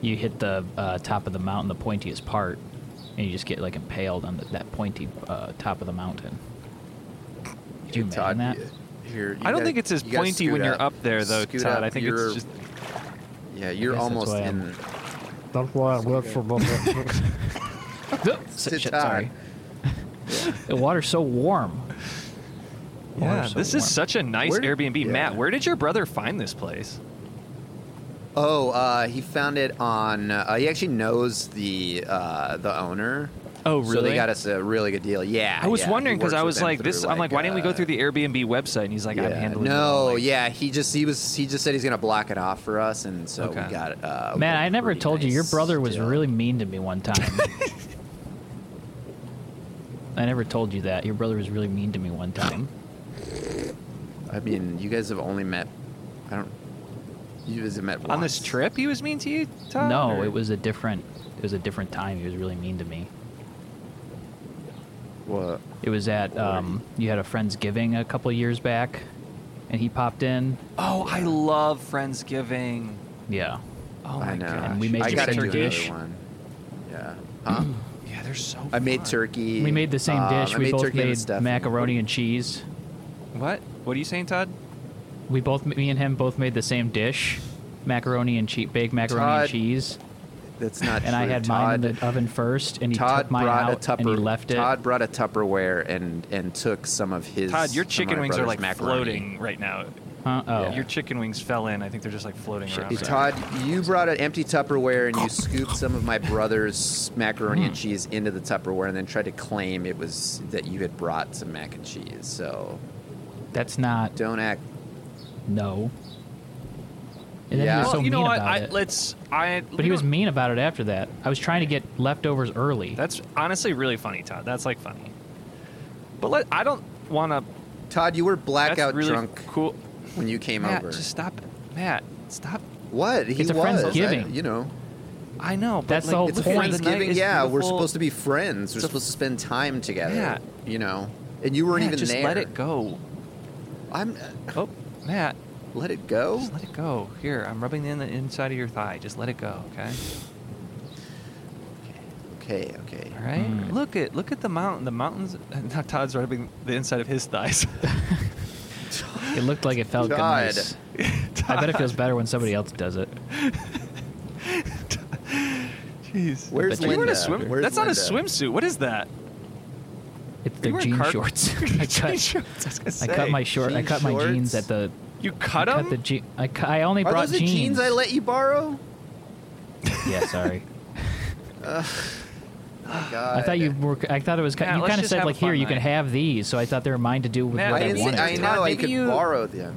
S2: you hit the uh, top of the mountain, the pointiest part, and you just get like impaled on the, that pointy uh, top of the mountain. Could you imagine
S3: Todd,
S2: that?
S3: you- here. you
S1: I don't
S3: gotta-
S1: think it's as
S3: you gotta
S1: pointy when
S3: scoot
S1: you're up there, though,
S3: Scoot
S1: Todd.
S3: up.
S1: I think
S3: You're-
S1: it's just
S3: Yeah, you're
S2: guess that's
S3: almost
S2: why I'm-
S3: in.
S5: That's why I work for Bubba.
S2: Shit,
S3: Sit
S2: shit,
S3: down.
S2: sorry. the water's so warm. The
S1: yeah.
S2: water's so
S1: This
S2: warm.
S1: is such a nice
S3: Where-
S1: Airbnb,
S3: yeah.
S1: Matt. Where did your brother find this place?
S3: Oh, uh, he found it on. Uh, he actually knows the uh, the owner.
S1: Oh,
S3: So they got us a really good deal. Yeah.
S1: I was
S3: yeah, he
S1: wondering because
S3: works
S1: I
S3: with
S1: was
S3: them
S1: like,
S3: through,
S1: this. I'm like, why didn't we go
S3: uh,
S1: through the Airbnb website? And he's like, I'm
S3: yeah.
S1: handling. it all,
S3: No,
S1: like-
S3: yeah, he just he was he just said he's gonna block it off for us, and so
S1: Okay.
S3: we got. Uh,
S2: Man,
S3: a
S2: I never
S3: pretty
S2: told you your
S3: nice
S2: brother was
S3: deal.
S2: really mean to me one time. I never told you that. Your brother was really mean to me one time.
S3: I mean, you guys have only met. I don't. You guys have met
S1: On this
S3: once.
S1: trip, he was mean to you, Todd.
S2: No,
S1: or-
S2: it was a different it was a different time. He was really mean to me.
S3: What?
S2: It was at um you had a friend's giving a couple years back and he popped in.
S1: Oh, I love Friendsgiving.
S2: Yeah.
S1: Oh my
S3: I know.
S1: gosh.
S2: We made
S3: I
S2: the
S3: gotta
S2: same
S3: do another
S2: dish.
S3: one. Yeah. Huh?
S1: Yeah, they're so.
S3: I made
S1: fun.
S3: turkey.
S2: We made the same
S3: um,
S2: dish.
S3: I
S2: we
S3: made
S2: both
S3: turkey and
S2: made
S3: stuffing.
S2: macaroni and cheese.
S1: What? What are you saying, Todd?
S2: We both me and him both made the same dish. Macaroni and cheese, baked macaroni
S3: Todd,
S2: and cheese.
S3: That's not.
S2: and I
S3: true.
S2: had
S3: Todd,
S2: mine in the oven first, and he
S3: Todd
S2: took mine
S3: brought
S2: out
S3: a Tupper.
S2: and he left it.
S3: Todd brought a Tupperware and and took some of his.
S1: Todd, your
S3: some of
S1: chicken
S3: my
S1: wings are
S3: brother's
S1: like
S3: macaroni.
S1: floating right now.
S2: Huh? Oh,
S1: Your chicken wings fell in. I think they're just like floating
S2: Shit,
S1: around.
S2: he's
S1: right now.
S3: Todd, you brought an empty Tupperware and you scooped some of my brother's macaroni
S1: Hmm.
S3: and cheese into the Tupperware and then tried to claim it was that you had brought some mac and cheese. So
S2: that's not
S3: don't act.
S2: no. And then
S3: Yeah.
S2: he was
S1: Well,
S2: so
S1: you know
S2: mean
S1: what?
S2: about
S1: I,
S2: it.
S1: Let's. I.
S2: but
S1: we
S2: he was
S1: don't-
S2: mean about it after that. I was trying to get leftovers early.
S1: That's honestly really funny, Todd. That's like funny. But let, I don't want to.
S3: Todd, you were blackout
S1: That's really
S3: drunk
S1: cool.
S3: when you came
S1: Matt,
S3: over.
S1: just stop. Matt, stop.
S3: What? He
S2: It's a
S3: was. I-
S2: Friendsgiving.
S3: you know,
S1: I know. But
S2: That's
S1: like,
S2: the whole
S3: it's a
S2: point.
S1: night
S3: Friendsgiving.
S1: is
S3: Yeah, we're
S1: beautiful.
S3: supposed to be friends. We're
S1: It's a-
S3: supposed to spend time together.
S1: Yeah.
S3: You know, and you weren't
S1: Yeah,
S3: even
S1: just
S3: there.
S1: let it go.
S3: I'm.
S1: Oh, Matt,
S3: Let it go.
S1: just let it go. Here, I'm rubbing in the inside of your thigh. Just let it go, okay?
S3: Okay, okay.
S1: Right?
S2: Hmm.
S1: Look at look at the mountain. The mountains. Todd's rubbing the inside of his thighs.
S2: It looked like it felt good.
S3: God.
S2: nice. I bet it feels better when somebody else does it.
S1: Jeez.
S3: Where's
S1: you wearing
S3: Linda?
S1: a swim?
S3: Where's
S1: That's
S3: Linda?
S1: not a swimsuit. What is that?
S2: It's
S1: You
S2: their
S1: wearing
S2: jean
S1: car-
S2: shorts. I
S1: Jean
S2: cut,
S1: shorts, I, was
S2: I
S1: gonna
S2: cut
S1: say.
S2: my short. I
S3: Jean
S2: cut my jeans
S3: shorts?
S2: at the.
S1: You cut
S2: I
S1: them?
S2: cut the je- I, cu- I only
S3: Are
S2: brought
S3: those the jeans. I let you borrow?
S2: yeah, sorry.
S3: God.
S2: I thought you were. I thought it was. ki-
S1: Matt,
S2: you
S1: let's
S2: kind of
S1: just
S2: said
S1: have a
S2: like, here,
S1: fun
S2: you can
S1: night."
S2: have these. So I thought they were mine to do with
S1: Matt,
S2: what
S3: I
S1: I
S2: I
S3: didn't
S2: wanted.
S3: say, I
S1: to.
S3: know I
S1: Maybe
S3: could
S1: you-
S3: borrow them.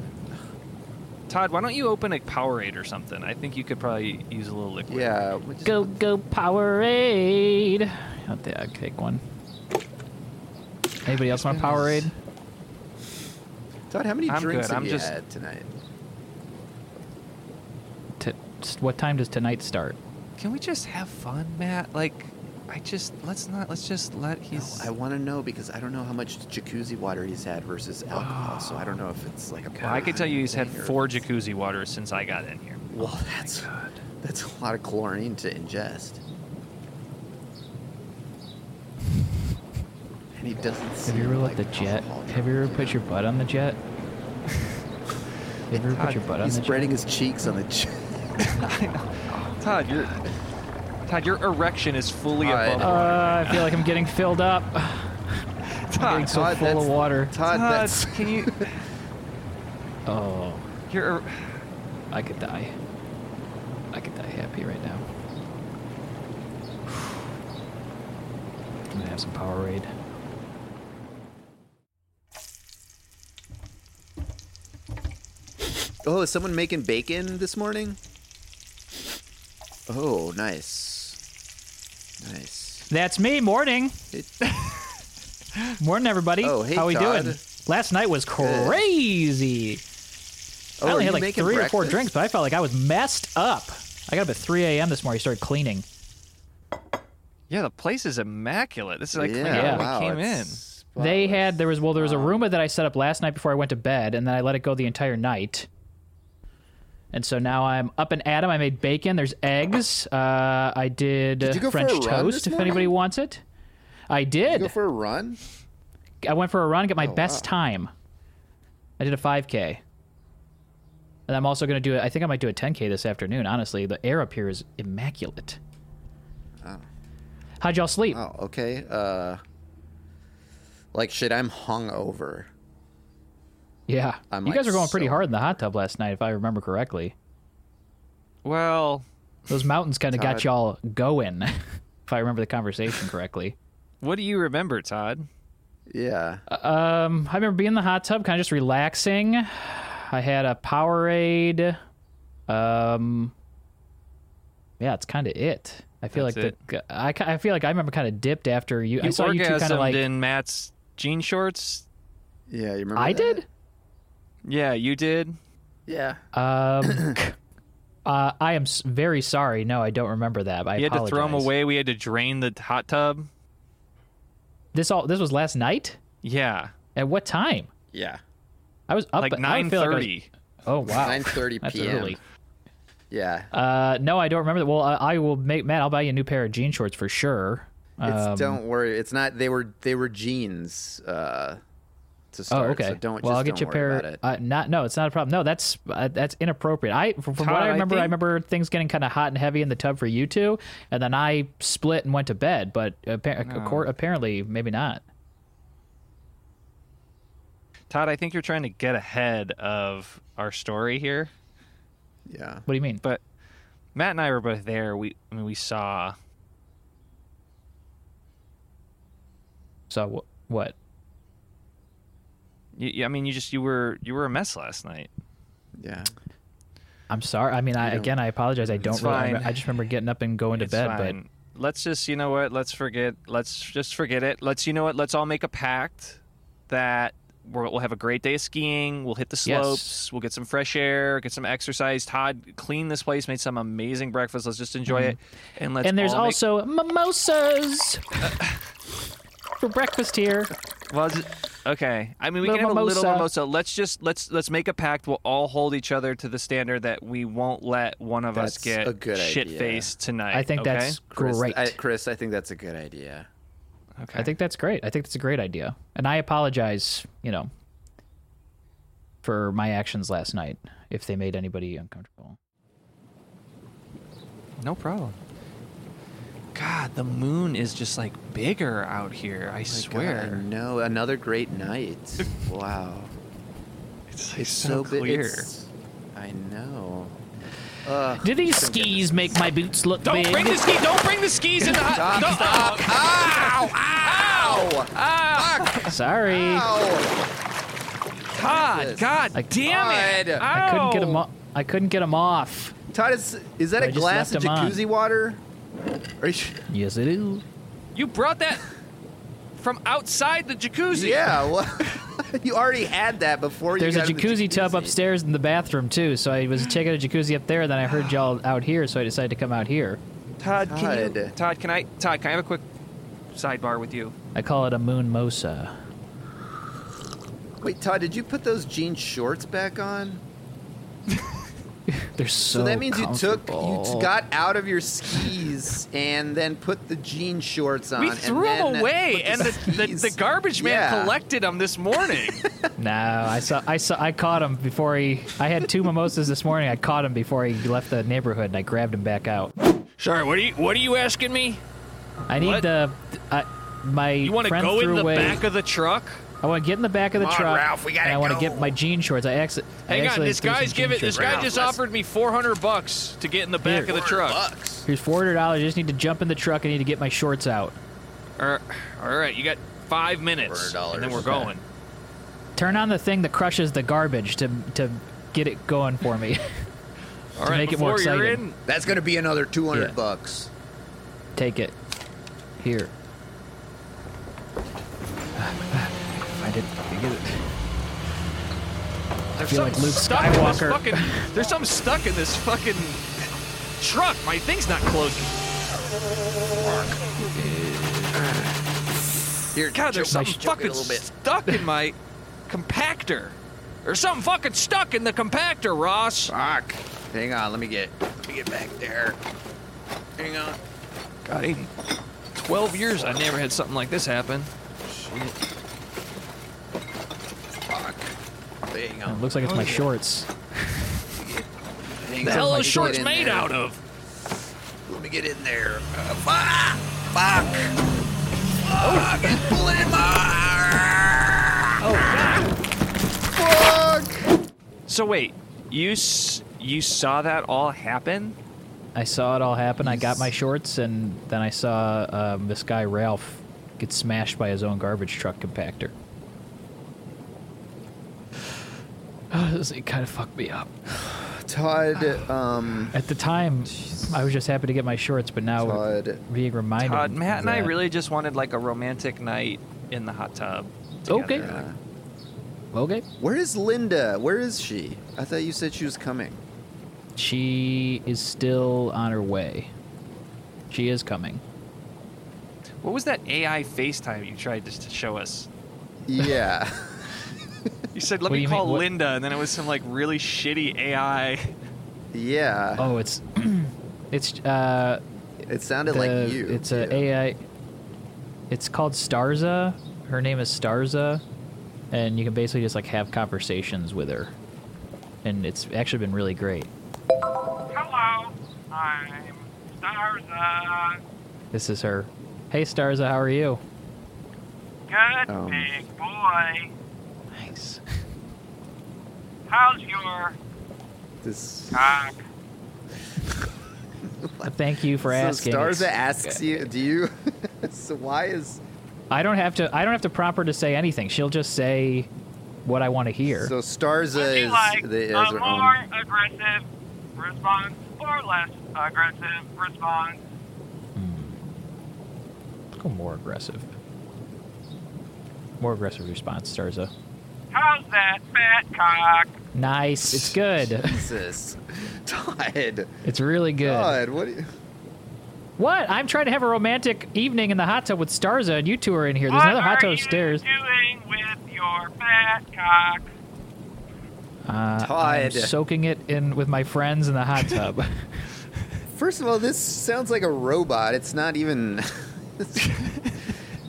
S1: Todd, why don't you open a Powerade or something? I think you could probably use a little liquid.
S3: Yeah. we just-
S2: Go go Powerade. I'll ta- I'll take one. Anybody else want a Powerade?
S3: Todd, how many
S1: I'm
S3: drinks
S1: good,
S3: have
S1: I'm
S3: you
S1: just-
S3: had tonight?
S2: T- s- what time does tonight start?
S1: Can we just have fun, Matt? Like, I just let's not let's just let he's.
S3: I want to know because I don't know how much jacuzzi water he's had versus alcohol, so I don't know if it's like a.
S1: Well, I can tell you he's had
S3: thing or-
S1: four jacuzzi waters since I got in here.
S3: Well, that's
S2: Oh
S3: that's a lot of chlorine to ingest. And he doesn't.
S2: Have you ever let the jet? Have you ever put your butt on the jet? Have you ever put your butt on
S3: He's
S2: the
S3: spreading
S2: jet?
S3: his cheeks on the jet.
S1: Todd, your Todd, your erection is fully
S3: Todd.
S1: above water.
S2: Uh, I feel like I'm getting filled up.
S1: Ah,
S2: I'm getting
S1: Todd,
S2: so
S3: Todd,
S2: full of
S3: that's-
S2: water.
S3: Todd,
S1: Todd,
S3: that's
S1: can you?
S2: Oh,
S1: Your er-
S2: I could die. I could die happy right now. I'm gonna have some Powerade.
S3: Oh, is someone making bacon this morning? Oh, nice. Nice.
S2: That's me. Morning.
S3: It-
S2: Morning, everybody.
S3: Oh, hey,
S2: How we
S3: Todd.
S2: doing? Last night was crazy.
S3: Oh,
S2: I
S3: are
S2: only
S3: you
S2: had like
S3: making
S2: three or four
S3: breakfast?
S2: drinks, but I felt like I was messed up. I got up at 3 a.m. this morning. Started cleaning.
S1: yeah, the place is immaculate. This is like clean
S3: yeah,
S1: up when
S3: wow,
S1: we came in.
S3: it's
S2: They
S3: spotless.
S2: had there was well there was a Roomba that I set up last night before I went to bed, and then I let it go the entire night. And so now I'm up and at 'em. I made bacon. There's eggs. Uh, I did,
S3: you go for
S2: French
S3: a run
S2: toast.
S3: this
S2: If anybody
S3: morning?
S2: wants it, I did.
S3: Go Oh, for a run.
S2: I went for a run, got my best time. I did a 5K. And I'm also going to do it. I think I might do a 10K this afternoon, honestly. The air up here is immaculate. How'd y'all sleep?
S3: Oh, okay. Uh, like shit. I'm hungover.
S2: yeah.
S3: I'm,
S2: you
S3: like,
S2: guys were going pretty
S3: so-
S2: hard in the hot tub last night, if I remember correctly.
S1: Well,
S2: Those mountains kind of got
S3: Todd.
S2: y'all going, if I remember the conversation correctly.
S1: what do you remember, Todd?
S3: Yeah.
S2: Um, I remember being in the hot tub, kind of just relaxing. I had a Powerade. Um, yeah, it's kind of it. I feel
S1: That's
S2: like the I, ki- I feel like I remember kind of dipped after you. I
S1: You
S2: saw you two kind
S1: orgasmed
S2: of like
S1: in Matt's jean shorts.
S3: yeah. You remember?
S2: I
S1: uh,
S3: that?
S2: did.
S1: Yeah, you did.
S3: Yeah.
S2: Um, uh, I am s- very sorry. No, I don't remember that. I
S1: You had to throw them
S2: apologize.
S1: away. We had to drain the hot tub.
S2: This all this was last night.
S1: Yeah,
S2: At what time?
S3: yeah.
S2: I was up
S1: like
S2: at I
S1: nine
S2: feel like I was-
S1: thirty.
S2: oh wow,
S3: 9:30
S2: That's
S3: p.m..
S2: early.
S3: Yeah.
S2: Uh, no, I don't remember that. Well, I, I will make Matt. I'll buy you a new pair of jean shorts for sure.
S3: It's,
S2: Um,
S3: don't worry. It's not. They were. They were jeans. Uh, to
S2: oh,
S3: start.
S2: okay.
S3: So don't.
S2: well,
S3: just
S2: I'll get
S3: don't
S2: you a
S3: worry about
S2: pair.
S3: it.
S2: Uh, not no, it's not a problem. No, that's uh, that's inappropriate. I from, from
S1: Todd,
S2: what I
S1: I
S2: remember, I,
S1: think-
S2: remember things getting kind of hot and heavy in the tub for you two, and then I split and went to bed. But appa- accor- apparently, maybe not.
S1: Todd, I think you're trying to get ahead of our story here,
S3: Yeah.
S2: What do you mean?
S1: but Matt and I were both there. We I mean, we saw
S2: So wh- what?
S1: you, you- I mean, you just you were you were a mess last night.
S3: Yeah.
S2: I'm sorry. I mean, I again, I apologize. I don't.
S1: It's
S2: Really,
S1: fine.
S2: I just remember getting up and going to
S1: It's
S2: bed. But
S1: fine. let's just you know what? Let's forget. Let's just forget it. Let's you know what? Let's all make a pact that we're, we'll have a great day of skiing. We'll hit the
S2: Yes.
S1: slopes. We'll get some fresh air. Get some exercise. Todd cleaned this place. Made some amazing breakfast. Let's just enjoy it. And let's
S2: Mm-hmm. and there's
S1: all make-
S2: also mimosas for breakfast here.
S1: Well, I was- Okay. I mean, we
S2: Little
S1: can have a little
S2: mimosa.
S1: mimosa. Let's just let's let's make a pact. We'll all hold each other to the standard that we won't let one of us
S3: That's
S1: get
S3: a good idea.
S1: shit faced tonight.
S2: I think
S1: okay?
S2: that's
S3: Chris,
S2: great.
S3: I, Chris, I think that's a good idea.
S1: okay.
S2: I think that's great. I think that's a great idea. And I apologize, you know, for my actions last night if they made anybody uncomfortable.
S1: no problem. God, the moon is just like bigger out here. I swear,
S3: No, another great night. Wow.
S1: it's, like,
S3: It's so, bi-
S1: clear.
S3: it's- I know. Ugh.
S2: Do these skis make my boots look
S1: Don't
S2: big?
S1: bring the ski. Don't bring the skis in the.
S3: Stop,
S1: no,
S3: stop. Ow! Ow! Ow! Fuck!
S2: Sorry.
S3: Ow!
S1: God, God,
S2: Like-
S1: damn it!
S3: Ah,
S2: I
S3: God.
S2: couldn't get them
S1: Ow.
S2: off. I couldn't get them off.
S3: Todd, is, is that
S2: I
S3: a
S2: just
S3: glass of
S2: left 'em on.
S3: jacuzzi water? Are you,
S2: Yes, it is.
S1: You brought that from outside the jacuzzi.
S3: yeah, well, you already had that before
S2: There's
S3: you
S2: a
S3: got in the
S2: jacuzzi tub
S3: jacuzzi.
S2: upstairs in the bathroom too, so I was checking a jacuzzi up there. Then I heard y'all out here, so I decided to come out here.
S1: Todd, can you?
S3: Todd.
S1: Todd, can I? Todd, can I have a quick sidebar with you?
S2: I call it a moon mosa.
S3: Wait, Todd, did you put those jean shorts back on?
S2: They're so.
S3: So that means you took, you
S2: comfortable.
S3: t- got out of your skis and then put the jean shorts on.
S1: We
S3: and
S1: threw them
S3: then
S1: away,
S3: put
S1: and the, the,
S3: skis-
S1: the garbage man
S3: Yeah.
S1: collected them this morning.
S2: No, I saw, I saw, I caught him before he. I had two mimosas this morning. I caught him before he left the neighborhood, and I grabbed him back out.
S1: Sorry, what are you? What are you asking me?
S2: I need
S1: What?
S2: the. I, my
S1: You want to
S2: friend
S1: go
S2: threw
S1: in the
S2: away.
S1: back of the truck?
S2: I want to get in the back of the
S3: on,
S2: truck,
S3: Ralph, we gotta
S2: and I want to
S3: go.
S2: get my jean shorts. I actually.
S1: Hang
S2: I
S1: on,
S2: actually
S1: this
S2: threw some
S1: guy's
S2: jean
S1: giving. This
S2: shorts
S1: guy
S2: out.
S1: just offered me four hundred bucks to get in the back of the truck.
S3: Bucks.
S2: Here's four hundred dollars. I just need to jump in the truck. I need to get my shorts out.
S1: All right, you got five minutes, and then we're going.
S2: Turn on the thing that crushes the garbage to to get it going for me.
S1: All right,
S2: make it more
S1: before you're
S2: exciting.
S1: in,
S3: That's gonna be another two hundred
S2: Yeah.
S3: bucks.
S2: Take it. Here. Find it. Get it.
S1: There's
S2: feel
S1: something
S2: like Luke
S1: stuck in this
S2: Skywalker.
S1: fucking- there's something stuck in this fucking truck. My thing's not closing.
S3: Here,
S1: God, there's
S3: choke-
S1: something
S3: choke it
S1: fucking stuck in my compactor. There's something fucking stuck in the compactor, Ross.
S3: Fuck. Hang on, let me get let me get back there. Hang on.
S1: God, Aiden, 12 years I never had something like this happen.
S3: Fuck. Hang
S2: It
S3: on.
S2: looks like it's my shorts.
S3: Hang
S1: The
S3: on.
S1: hell
S3: Let
S1: those
S3: me
S1: shorts
S3: get in
S1: made
S3: there.
S1: out of?
S3: Let me get in there. Uh, fuck. Fuck. Fuck. It's pulling in my.
S1: Oh God!
S3: Fuck.
S1: So wait, you s- you saw that all happen?
S2: I saw it all happen. I got my shorts, and then I saw um, this guy Ralph get smashed by his own garbage truck compactor. it kind of fucked me up.
S3: Todd. Um.
S2: At the time, I was just happy to get my shorts, but now
S3: Todd.
S2: being reminded.
S1: Todd, Uh, Matt,
S2: of
S1: and I
S2: that-
S1: really just wanted like a romantic night in the hot tub.
S2: Okay.
S1: together.
S2: Okay.
S3: Where is Linda? Where is she? I thought you said she was coming.
S2: She is still on her way. She is coming.
S1: What was that AI FaceTime you tried to to show us?
S3: Yeah.
S1: You said, let
S2: What do
S1: me
S2: you mean?
S1: call
S2: What-
S1: Linda, and then it was some like really shitty AI.
S3: yeah.
S2: Oh, it's it's uh
S3: It sounded
S2: the-
S3: like you.
S2: it's a
S3: too.
S2: AI. It's called Starza. Her name is Starza, and you can basically just like have conversations with her, and it's actually been really great.
S6: Hello, I'm
S3: Um,
S6: Starza.
S2: This is her. Hey Starza, how are you?
S6: Good
S3: Um.
S6: big boy.
S2: Thanks.
S6: How's your
S3: This-
S6: cock?
S2: Thank you for asking.
S3: So Starza
S2: It's-
S3: asks you, do you? so why is
S2: I don't have to. I don't have to prompt her to say anything. She'll just say what I want to hear.
S3: so Starza
S6: Would you
S3: is
S6: like
S3: the um, is
S6: a
S3: her
S6: more
S3: own.
S6: aggressive response or less aggressive response?
S2: Go more aggressive. More aggressive response, Starza.
S6: How's that fat cock?
S2: Nice. It's good.
S3: Jesus, Todd,
S2: It's really good.
S3: Todd, what? do you-
S2: What? I'm trying to have a romantic evening in the hot tub with Starza, and you two are in here. There's
S6: what
S2: another hot
S6: are
S2: tub
S6: you
S2: upstairs.
S6: doing with your fat cock.
S2: Uh, I'm
S3: Todd.
S2: soaking it in with my friends in the hot tub.
S3: First of all, this sounds like a robot. It's not even.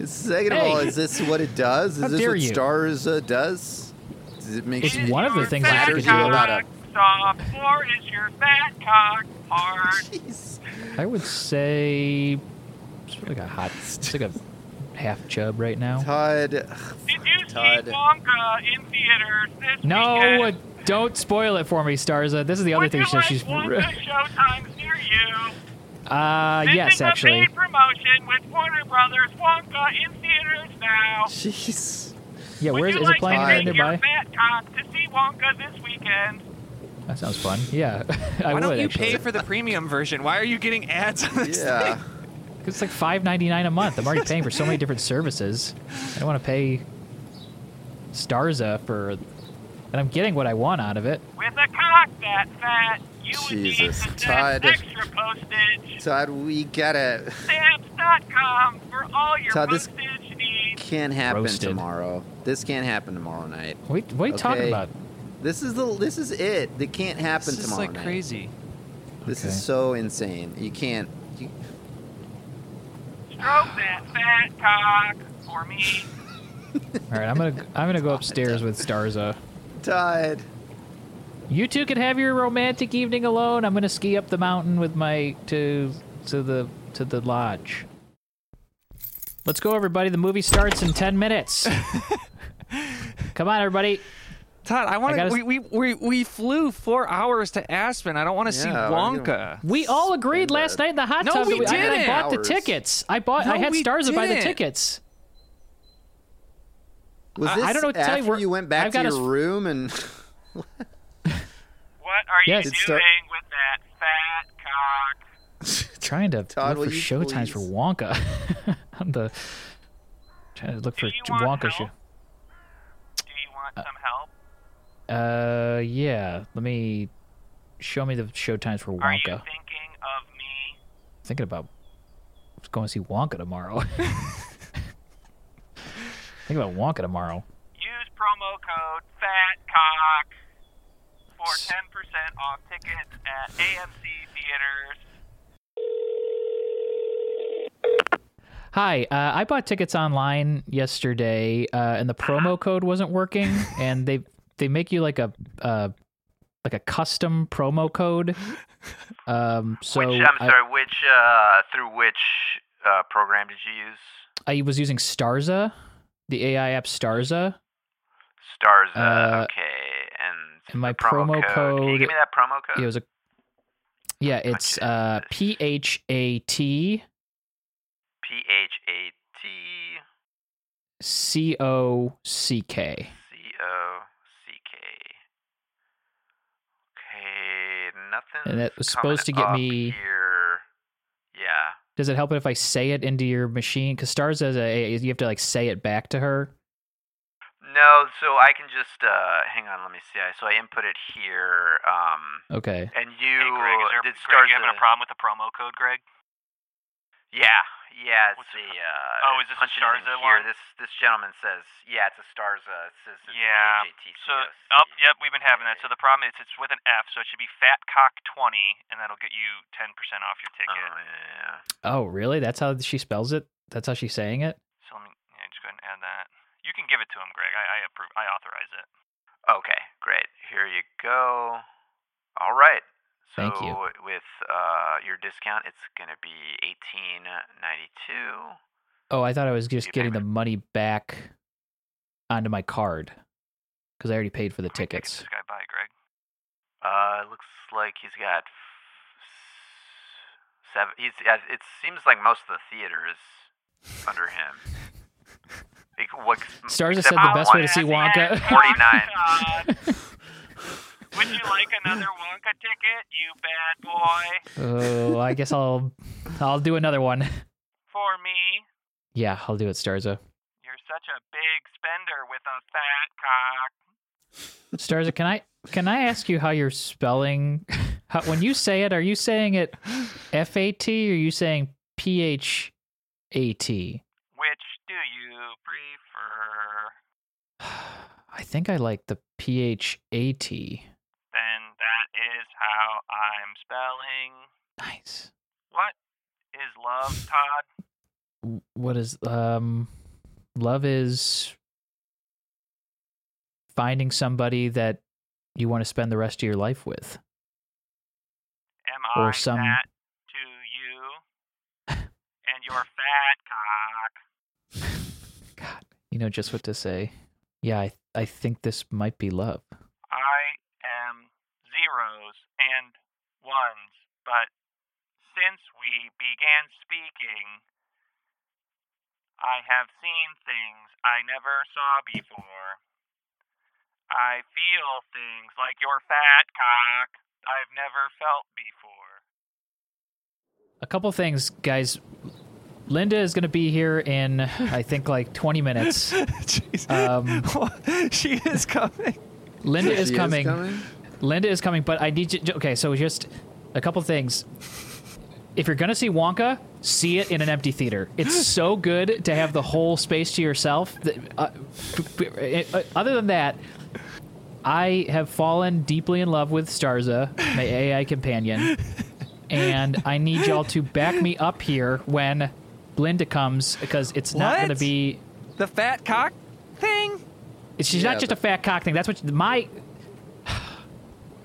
S3: Second of all,
S2: Hey.
S3: is this what it does?
S2: How
S3: Is this
S2: dare
S3: what
S2: you.
S3: Stars uh, does? Does it make
S2: It's
S6: Is
S2: one of the
S6: your
S2: things I
S6: fat
S2: could do
S3: about
S6: cock Soft or is your fat cock hard?
S3: Jeez.
S2: I would say it's like a hot, it's like a half chub right now.
S3: Todd,
S6: Did you
S3: Todd.
S6: see Wonka in theaters this
S2: No, uh,
S6: weekend?
S2: don't spoil it for me, Starza. This is the other
S6: Would
S2: thing
S6: you
S2: she said.
S6: like
S2: She's
S6: Wonka showtimes near you?
S2: uh,
S6: This
S2: yes,
S6: is a
S2: actually.
S6: paid promotion with Warner Brothers Wonka in theaters now.
S3: jeez.
S2: Yeah,
S6: Would
S2: where is,
S6: you
S2: is
S6: like
S2: it playing
S6: to
S2: right
S6: take
S2: nearby?
S6: your fat cock to see Wonka this weekend?
S2: That sounds fun. Yeah,
S1: Why
S2: I would.
S1: don't you
S2: actually.
S1: pay for the premium version? Why are you getting ads on this?
S3: Yeah.
S2: It's like five ninety nine a month. I'm already paying for so many different services. I don't want to pay Starza for, and I'm getting what I want out of it.
S6: With a cock that fat, you would need to
S3: Jesus,
S6: send
S3: Todd.
S6: extra postage.
S3: Todd, we gotta.
S6: Stamps.com for all your
S3: Todd, this-
S6: postage needs.
S3: Can't happen
S2: Roasted.
S3: tomorrow. This can't happen tomorrow night.
S2: Wait, what are you talking
S3: Okay.
S2: about?
S3: This is the. This is it. That can't happen
S1: This is
S3: tomorrow
S1: like
S3: night.
S1: crazy.
S3: This
S2: Okay.
S3: is so insane. You can't. You,
S6: Stroke that fat cock for me.
S2: All right, I'm gonna I'm gonna go upstairs with Starza.
S3: Todd.
S2: You two can have your romantic evening alone. I'm gonna ski up the mountain with my to to the to the lodge. Let's go, everybody. The movie starts in ten minutes. Come on, everybody.
S1: Todd, I want
S2: I
S1: to.
S2: gotta-
S1: We, we we we flew four hours to Aspen. I don't want to see
S3: Yeah, we're
S1: Wonka.
S2: We all agreed last night in the hot
S1: No,
S2: tub.
S1: we
S2: that I- I,
S1: didn't.
S2: bought the
S3: Hours.
S2: tickets. I bought. I
S1: No,
S2: had
S1: we
S2: stars to buy the
S1: didn't.
S2: tickets.
S3: Was
S2: I-
S3: this
S2: I don't know what to
S3: after
S2: tell you. We're-
S3: went back
S2: I've
S3: to
S2: got
S3: your
S2: us-
S3: room and?
S6: What are you
S2: Yes,
S6: doing
S2: it's
S3: start-
S6: with that fat cock?
S2: Trying to
S3: Todd,
S2: look
S3: will
S2: for
S3: you
S2: show times for
S3: please-
S2: Wonka. I'm the trying to look for
S6: Do you want
S2: Wonka show.
S6: help? Do you want some help?
S2: Uh, yeah. Let me show me the show times for Wonka.
S6: Are you thinking of me?
S2: thinking about going to see Wonka tomorrow. Think about Wonka tomorrow.
S6: Use promo code FATCOCK for 10% off tickets at AMC Theaters.
S2: Hi, uh, I bought tickets online yesterday, uh, and the promo code wasn't working, and they they make you like a uh, like a custom promo code. Um, so
S7: which I'm
S2: I-
S7: sorry, which uh, through which uh, program did you use?
S2: I was using Starza, the AI app Starza.
S7: Stars. Uh,
S2: Uh,
S7: okay, and,
S2: and my
S7: the promo,
S2: promo
S7: Can you
S2: code-
S7: give me that Oh, promo
S2: It
S7: code?
S2: was a yeah, it's uh, P H A T
S7: P H A T
S2: C O C K.
S7: C O C K. Okay, nothing.
S2: And that was supposed to get me-
S7: here. Yeah.
S2: Does it help if I say it into your machine? Because Stars says a, you have to like say it back to her.
S7: No, so I can just uh, hang on. Let me see. I So I input it here, um,
S2: Okay.
S7: and you
S6: Hey, Greg, is there,
S7: did
S6: Greg,
S7: Stars.
S6: you having a problem with the promo code, Greg?
S7: Yeah, yeah. It's
S6: What's
S7: the,
S6: it
S7: uh,
S6: oh, is this a
S7: punching it
S6: Starza
S7: in here.
S6: one?
S7: This this gentleman says, yeah, it's a Starza. It says it's
S6: Yeah,
S7: PHATCOC.
S6: So, oh, yep, we've been having that. So the problem is it's with an F, so it should be FATCOCK20, and that'll get you 10% off your
S7: Oh,
S6: ticket.
S7: yeah.
S2: Oh, really? That's how she spells it. That's how she's saying it.
S6: So let me yeah, just go ahead and add that. You can give it to him, Greg. I, I approve. I authorize it.
S7: Okay, great. Here you go. All right. So
S2: Thank you.
S7: with uh, your discount, it's gonna be eighteen ninety two.
S2: Oh, I thought I was just
S7: You
S2: getting the money back onto my card because I already paid for the
S6: How many
S2: tickets.
S6: This guy buy, Greg.
S7: Uh, it looks like he's got f- seven. He's. yeah, It seems like most of the theater is under him. Like, what-
S2: Stars has
S7: except
S2: said the
S7: for
S2: best way
S7: one.
S2: to see
S6: One
S2: Wonka.
S6: has
S7: Forty-nine.
S6: Todd, Oh would you like another Wonka ticket, you bad boy?
S2: oh, I guess I'll I'll do another one.
S6: For me,
S2: Yeah, I'll do it, Starza.
S6: you're such a big spender with a fat cock.
S2: Starza, can I can I ask you how you're spelling? How, when you say it, are you saying it F A T or are you saying P H A T?
S6: Which do you prefer?
S2: I I think I like the P H A T.
S6: Then that is how I'm spelling.
S2: Nice.
S6: What is love, Todd?
S2: W- What is um love is finding somebody that you want to spend the rest of your life with.
S6: Am
S2: Or
S6: I
S2: some-
S6: fat to you? and your fat cock.
S2: God, you know just what to say. Yeah, I I think this might be love.
S6: I am zeros and ones, but since we began speaking, I have seen things I never saw before. I feel things like your fat cock I've never felt before.
S2: a couple things, guys. Linda is going to be here in, I think, like 20 minutes.
S1: Jeez.
S2: Um,
S1: she is coming.
S2: Linda is
S3: She
S2: coming. Linda is coming, but I need you. Okay, so just a couple things. If you're going to see Wonka, see it in an empty theater. It's so good to have the whole space to yourself. that- uh, p- p- uh, Other than that, I have fallen deeply in love with Starza, my AI companion, and I need y'all to back me up here when Linda comes because it's not going to
S1: What?
S2: be.
S1: The fat cock thing.
S2: She's
S3: Yeah,
S2: not just a
S3: but-
S2: fat cock thing. That's what my.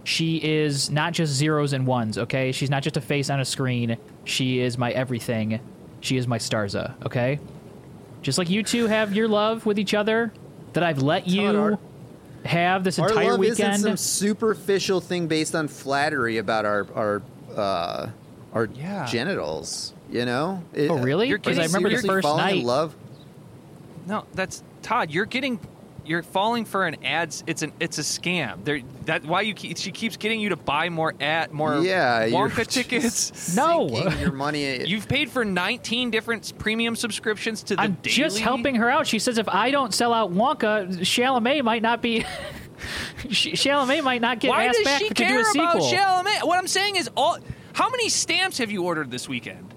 S2: She is not just zeros and ones. Okay, she's not just a face on a screen. She is my everything. She is my Starza. Okay, just like you two have your love with each other, that I've let you
S3: our-
S2: have this
S3: Our
S2: entire
S3: love
S2: weekend.
S3: isn't some superficial thing based on flattery about our our uh, our
S1: Yeah.
S3: genitals. You know? It-
S2: Oh, really?
S1: You're
S3: are
S2: Because
S3: you
S2: I remember the
S3: seriously
S2: first
S3: falling
S2: night.
S3: in love.
S1: No, that's Todd. You're getting, you're falling for an ads. It's an it's a scam. There that why you keep, she keeps getting you to buy more at more
S3: yeah, you're
S1: Wonka tickets.
S3: just
S2: No.
S3: sinking your money.
S1: You've paid for 19 different s- premium subscriptions to the
S2: I'm
S1: Daily.
S2: just helping her out. She says if I don't sell out Wonka, Chalamet might not be. Sh- Chalamet might not get
S1: Why
S2: asked
S1: does
S2: back
S1: she
S2: to do
S1: care
S2: a sequel.
S1: about Chalamet? What I'm saying is, all how many stamps have you ordered this weekend?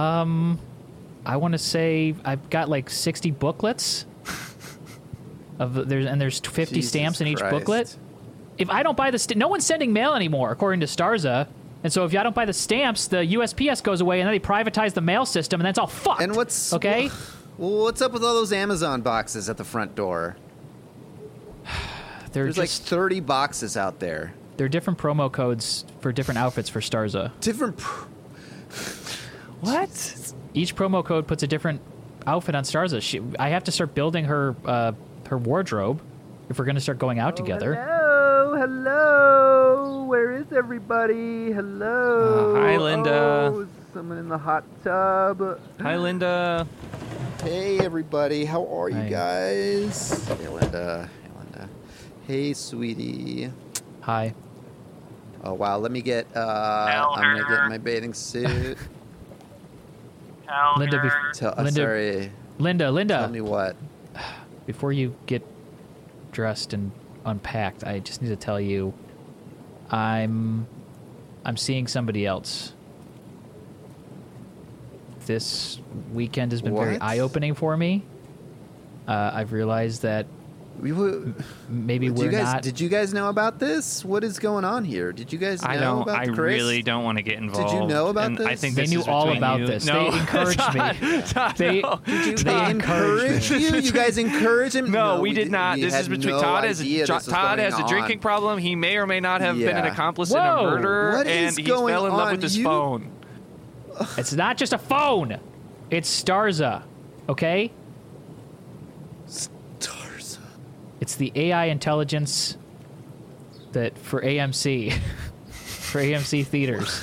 S2: I want to say I've got like 60 booklets of the- there's and there's 50
S3: Jesus
S2: stamps in each
S3: Christ.
S2: booklet. If I don't buy the st- no one's sending mail anymore according to Starza. And so if I don't buy the stamps, the USPS goes away and then they privatize the mail system and that's all fucked.
S3: And what's-
S2: Okay?
S3: Well, what's up with all those Amazon boxes at the front door?
S2: They're
S3: There's like
S2: just
S3: 30 boxes out there.
S2: they're different promo codes for different outfits for Starza.
S3: Different. Pr-
S1: What?
S2: Each promo code puts a different outfit on Starza. She, I have to start building her uh, her wardrobe if we're going to start going out together.
S7: Hello, hello. Oh, Where is everybody? Hello.
S1: Uh, hi, Linda.
S7: Oh, someone in the hot tub.
S1: Hi, Linda.
S3: hey, everybody. How are you
S2: Hi.
S3: guys? Hey, Linda. Hey, Linda. Hey, sweetie.
S2: Hi.
S3: Oh, wow. Let me get. Uh,
S6: Tell
S3: I'm going to
S6: her.
S3: get my bathing suit.
S6: Tell
S2: Linda,
S6: her.
S2: bef-
S3: Tell, uh,
S2: Linda-
S3: sorry.
S2: Linda, Linda.
S3: Tell me what.
S2: before you get dressed and unpacked, I just need to tell you I'm I'm seeing somebody else. This weekend has been very
S3: What?
S2: eye-opening for me. Uh, I've realized that
S3: We, w
S2: maybe
S3: did
S2: we're
S3: you guys?
S2: not.
S3: Did you guys know about this? What is going on here? Did you guys know
S1: I don't.
S3: about
S1: I
S3: Chris?
S1: really don't want to get involved.
S3: know about
S1: and I
S3: this?
S1: think
S2: They
S1: this
S2: knew
S1: is
S2: all
S1: between
S2: about
S1: you.
S2: this.
S1: No.
S2: They encouraged me.
S1: Todd,
S2: They-
S1: no.
S3: Did you
S2: They
S3: encourage
S2: encouraged
S3: you? You guys encourage him?
S1: No, we, did
S3: didn't.
S1: not.
S3: We
S1: this
S3: had
S1: is between
S3: no
S1: Todd has
S3: idea
S1: a,
S3: this was
S1: Todd has
S3: going
S1: a drinking
S3: on.
S1: problem. He may or may not have been an
S3: Yeah.
S1: accomplice in
S2: Whoa.
S1: a murder,
S3: What
S1: and
S3: is
S1: he
S3: going
S1: fell in love
S3: on?
S1: with his
S3: You-
S1: phone.
S2: it's not just a phone. It's Starza, okay?
S3: Stars.
S2: It's the AI intelligence that for AMC, for AMC theaters.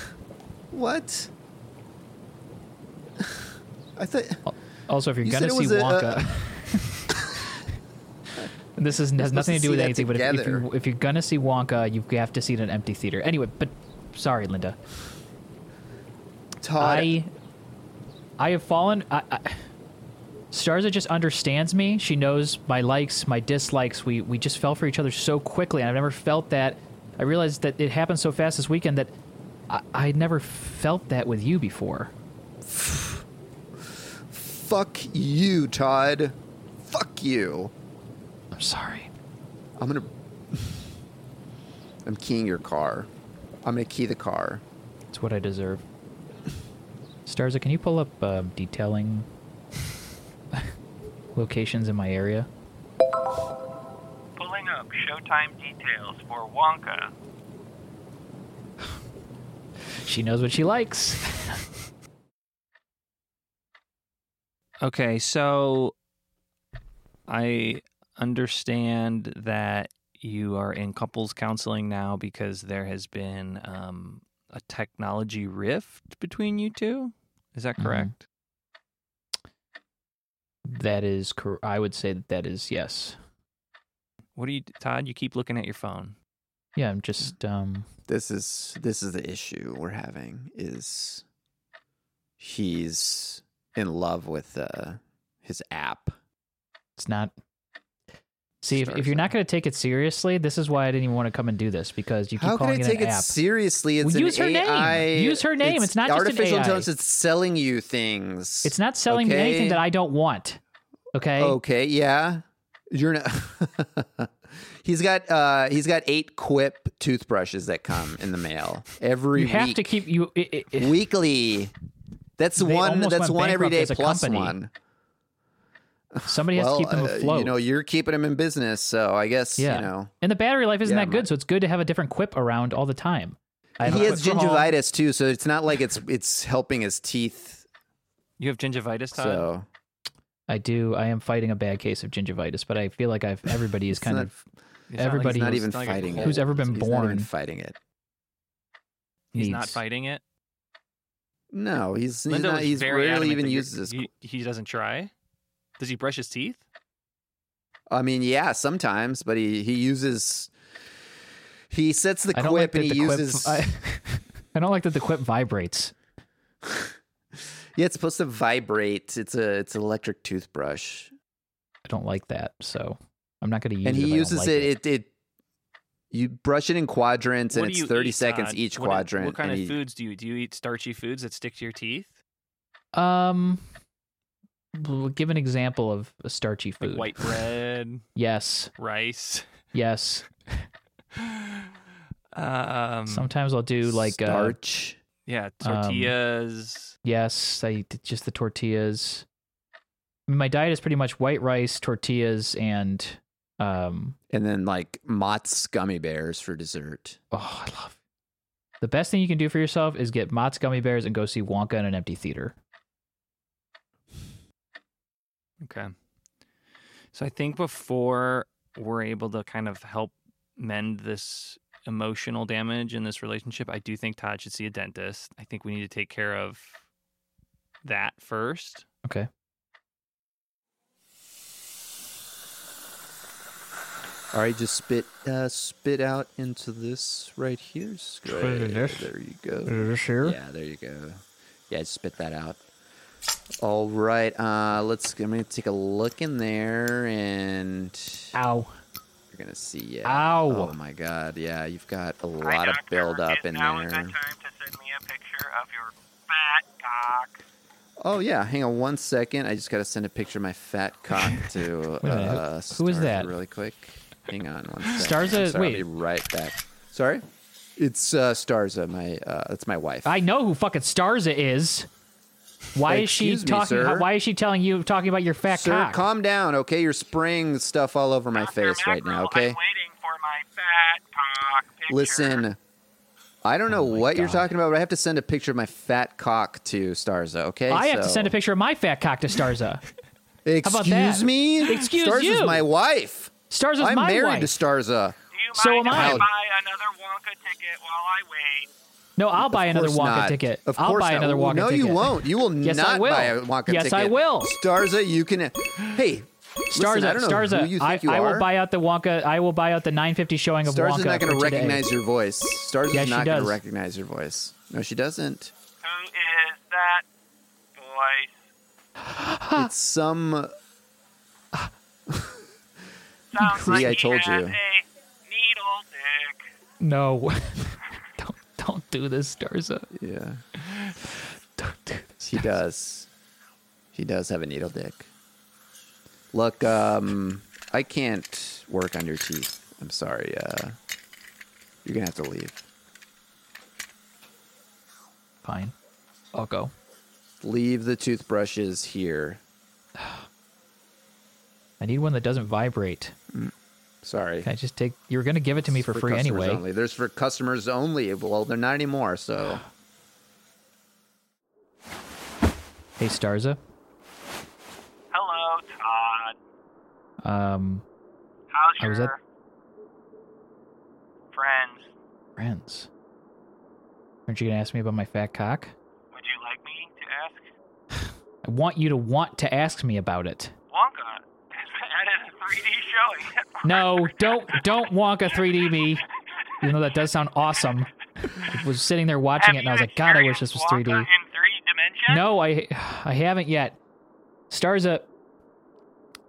S3: What? I thought.
S2: Also, if you're
S3: You
S2: gonna
S3: said it
S2: see
S3: was a- uh,
S2: Wonka, this is, has nothing to
S3: to
S2: do with
S3: see
S2: anything.
S3: that
S2: But if, if,
S3: together.
S2: you, if you're gonna see Wonka, you have to see it in an empty theater. Anyway, but sorry, Linda.
S3: Todd.
S2: I I have fallen. I, I, Starza just understands me. She knows my likes, my dislikes. We we just fell for each other so quickly. and I've never felt that. I realized that it happened so fast this weekend that I, I never felt that with you before.
S3: Fuck you, Todd. Fuck you.
S2: I'm sorry.
S3: I'm gonna. I'm keying your car. I'm gonna key the car.
S2: It's what I deserve. Starza, can you pull up uh, detailing locations in my area?
S6: Pulling up Showtime details for Wonka.
S2: She knows what she likes.
S1: Okay, so I understand that you are in couples counseling now because there has been um, a technology rift between you two. Is that
S3: Mm-hmm.
S2: Mhm.
S1: correct?
S2: That is, cor- I would say that that is yes.
S1: What do you, Todd? You keep looking at your phone.
S2: Yeah, I'm just um,
S3: This is this is the issue we're having. Is he's in love with uh, his app?
S2: It's not. See, if, if
S1: Stars
S2: you're not
S1: out.
S2: going to take it seriously, this is why I didn't even want to come and do this because you keep
S3: How can I
S2: calling
S3: take
S2: it an
S3: it
S2: app.
S3: seriously? It's
S2: Well,
S3: an
S2: use her name.
S3: AI.
S2: Use her name. It's not just an
S3: artificial
S2: AI.
S3: intelligence. It's selling you things.
S2: it's not selling me anything
S3: Okay. Oh,
S2: that I don't want. Okay.
S3: Okay, yeah. You're not He's got uh he's got eight quip toothbrushes that come in the mail every
S2: you have
S3: week.
S2: to keep you. It, it, it-
S3: weekly. That's
S2: They
S3: one
S2: almost
S3: that's
S2: went
S3: one every
S2: bankrupt
S3: day
S2: as a
S3: plus
S2: company.
S3: one.
S2: somebody has
S3: well,
S2: to keep them
S3: uh,
S2: afloat.
S3: you know, you're keeping him in business, so I guess,
S2: yeah.
S3: you know.
S2: and the battery life isn't
S3: Yeah,
S2: that
S3: my-
S2: good, so it's good to have a different quip around all the time. I have a
S3: He has
S2: quip for home.
S3: gingivitis too, so it's not like it's it's helping his teeth.
S1: You have gingivitis, Todd.
S3: So
S2: I do. I am fighting a bad case of gingivitis, but I feel like I've everybody is
S3: It's
S2: kind
S3: not-
S2: of
S1: It's not like-
S2: everybody
S1: it's
S3: he's not
S2: was-
S3: even
S1: it's like a
S3: fighting it.
S1: cold.
S2: Who's ever been
S3: He's not even
S2: born.
S3: fighting it.
S1: He's not
S2: needs-
S1: fighting it.
S3: No, he's he's,
S1: Linda
S3: not,
S1: was
S3: he's
S1: very
S3: rarely
S1: adamant
S3: even
S1: that you're-
S3: uses this.
S1: you- He doesn't try. Does he brush his teeth?
S3: I mean, yeah, sometimes, but he he uses he sets the
S2: I
S3: quip
S2: don't like that
S3: and he
S2: the quip.
S3: uses
S2: I, I don't like that the quip vibrates.
S3: yeah, it's supposed to vibrate. It's a it's an electric toothbrush,
S2: I don't like that, so I'm not going to use
S3: and
S2: it. if
S3: he
S2: I don't
S3: uses
S2: like
S3: it, it. It you brush it in quadrants,
S1: What
S3: and
S1: do
S3: it's
S1: you
S3: thirty
S1: eat,
S3: seconds
S1: Todd?
S3: each
S1: What-
S3: quadrant.
S1: What kind
S3: and
S1: of
S3: he-
S1: foods do you do? You eat starchy foods that stick to your teeth,
S2: Um, we'll give an example of a starchy food.
S1: like white bread,
S2: Yes,
S1: rice.
S2: yes.
S1: Um,
S2: Sometimes I'll do like uh,
S3: starch?
S1: yeah,
S2: um,
S1: tortillas.
S2: yes. I eat just the tortillas. I mean, my diet is pretty much white rice, tortillas, and um.
S3: and then like Mott's gummy bears for dessert.
S2: Oh, I love. The best thing you can do for yourself is get Mott's gummy bears and go see Wonka in an empty theater.
S1: okay. So I think before we're able to kind of help mend this emotional damage in this relationship, I do think Todd should see a dentist. I think we need to take care of that first.
S2: Okay.
S3: All right, just spit uh, spit out into this right here.
S5: Try
S3: Square.
S5: this.
S3: There you go.
S5: This here?
S3: Yeah, there you go. Yeah, just spit that out. All right, uh, let's. I'm gonna take a look in there, and
S2: Ow.
S3: you're gonna see. Yeah.
S2: Ow.
S3: Oh my God. Yeah, you've got a
S6: Hi,
S3: lot of
S6: doctor.
S3: build up
S6: Is
S3: in
S6: now
S3: there.
S6: a good time to send me a picture of your fat cock?
S3: Oh yeah, hang on one second. I just gotta send a picture of my fat cock to
S2: Wait a minute, who-
S3: uh,
S2: who is
S3: Starza
S2: that?
S3: Really quick. Hang on one second.
S2: Starza-
S3: I'm sorry,
S2: wait.
S3: I'll be right back. Sorry. It's uh, Starza, my uh, that's my wife.
S2: I know who fucking Starza is. Why is she
S3: Excuse me,
S2: talking?
S3: sir.
S2: why is she telling you talking about your fat
S3: Sir,
S2: cock?
S3: calm down, okay? You're spraying stuff all over my
S6: Dr.
S3: face right now,
S6: Mackerel,
S3: okay?
S6: I'm waiting for my fat cock picture.
S3: Listen, I don't know
S2: Oh my
S3: what you're
S2: God.
S3: talking about, but I have to send a picture of my fat cock to Starza, okay?
S2: I have to
S3: So-
S2: send a picture of my fat cock to Starza.
S3: Excuse
S2: about that?
S3: me?
S2: Excuse
S3: Starza's
S2: you.
S3: my wife.
S2: Starza's
S3: I'm
S2: my
S3: married
S2: wife.
S3: to Starza.
S6: Do you
S2: So
S6: mind
S2: am
S6: if I.
S3: I.
S6: buy another Wonka ticket while I wait?
S2: no, I'll buy another
S3: course
S2: Wonka
S3: not.
S2: ticket.
S3: Of
S2: I'll
S3: course
S2: buy
S3: not.
S2: another Wonka
S3: no,
S2: ticket.
S3: you won't. You will
S2: Yes, I
S3: not
S2: will.
S3: buy a Wonka
S2: Yes,
S3: ticket.
S2: I will.
S3: Starza, you can. Hey,
S2: Starza,
S3: listen, I don't know
S2: Starza,
S3: who you think
S2: I,
S3: you
S2: I
S3: are.
S2: will buy out the Wonka. I will buy out the 950 showing of
S3: Starza's
S2: Wonka.
S3: not
S2: going to
S3: recognize your voice. Starza's
S2: Yeah, she
S3: not going
S2: does.
S3: to recognize your voice. No, she doesn't.
S6: Who is that voice?
S2: Ah.
S3: It's some.
S6: Sounds
S3: See,
S6: like
S3: I
S6: he
S3: told
S6: has
S3: you.
S6: a needle dick.
S2: No, don't don't do this, Starza.
S3: Yeah,
S2: Don't do this.
S3: he does. He does have a needle dick. Look, um, I can't. work on your teeth. I'm sorry. Uh, you're gonna have to leave.
S2: Fine. I'll go.
S3: Leave the toothbrushes here.
S2: I need one that doesn't vibrate.
S3: Sorry.
S2: Can I just take? You were gonna give it to me for,
S3: It's
S2: free
S3: customers
S2: anyway.
S3: Only. There's for customers only. Well, they're not anymore. So
S2: Hey, Starza.
S6: Hello, Todd.
S2: Um,
S6: How's
S2: I
S6: your
S2: was
S6: friends?
S2: friends. Aren't you gonna ask me about my fat cock?
S6: Would you like me to ask?
S2: I want you to want to ask me about it.
S6: Wonka has added a 3D showing.
S2: No, don't don't Wonka 3D me. Even though that does sound awesome. I was sitting there watching it and
S6: Have you
S2: I was like, God, I wish this was
S6: experienced Wonka
S2: 3D.
S6: In three dimensions?
S2: No, I I haven't yet. Starza,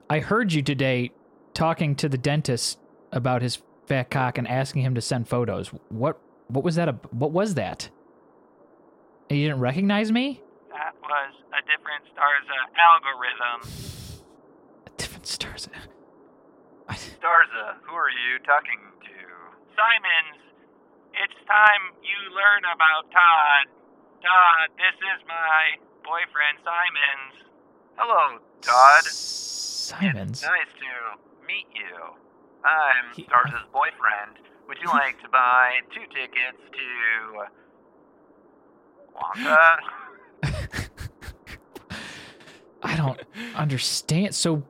S2: I heard you today talking to the dentist about his fat cock and asking him to send photos. What what was that? ab- What was that? You didn't recognize me?
S6: That was a different Starza algorithm.
S2: Different Starza.
S7: Starza, who are you talking to?
S6: Simons, it's time you learn about Todd. Todd, this is my boyfriend, Simons.
S7: Hello, Todd.
S2: Simons.
S7: Nice to meet you. I'm Starza's boyfriend. Would you like to buy two tickets to Wonka?
S2: I don't understand. So,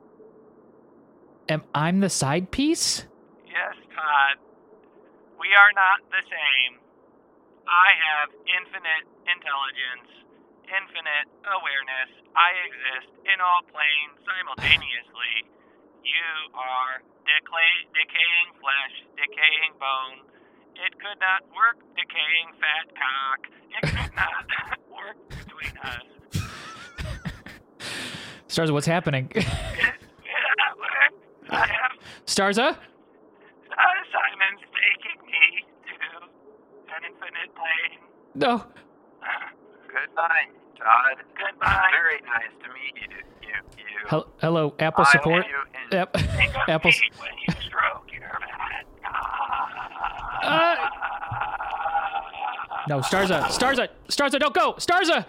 S2: am I'm the side piece?
S6: Yes, Todd. We are not the same. I have infinite intelligence, infinite awareness. I exist in all planes simultaneously. You are decla- decaying flesh, decaying bone. It could not work, decaying fat cock. It could not work between us.
S2: Starza, what's happening?
S6: I have
S2: Starza?
S6: uh, Simon's taking me to an infinite plane.
S2: No.
S7: Goodbye, Todd.
S6: Goodbye.
S7: Very nice to meet you. you, you.
S2: Hel- hello, Apple support.
S7: I hope you
S2: Yep. Apple. s-
S6: When you stroke your back.
S2: Ah! No, Starza, Starza, Starza, don't go, Starza.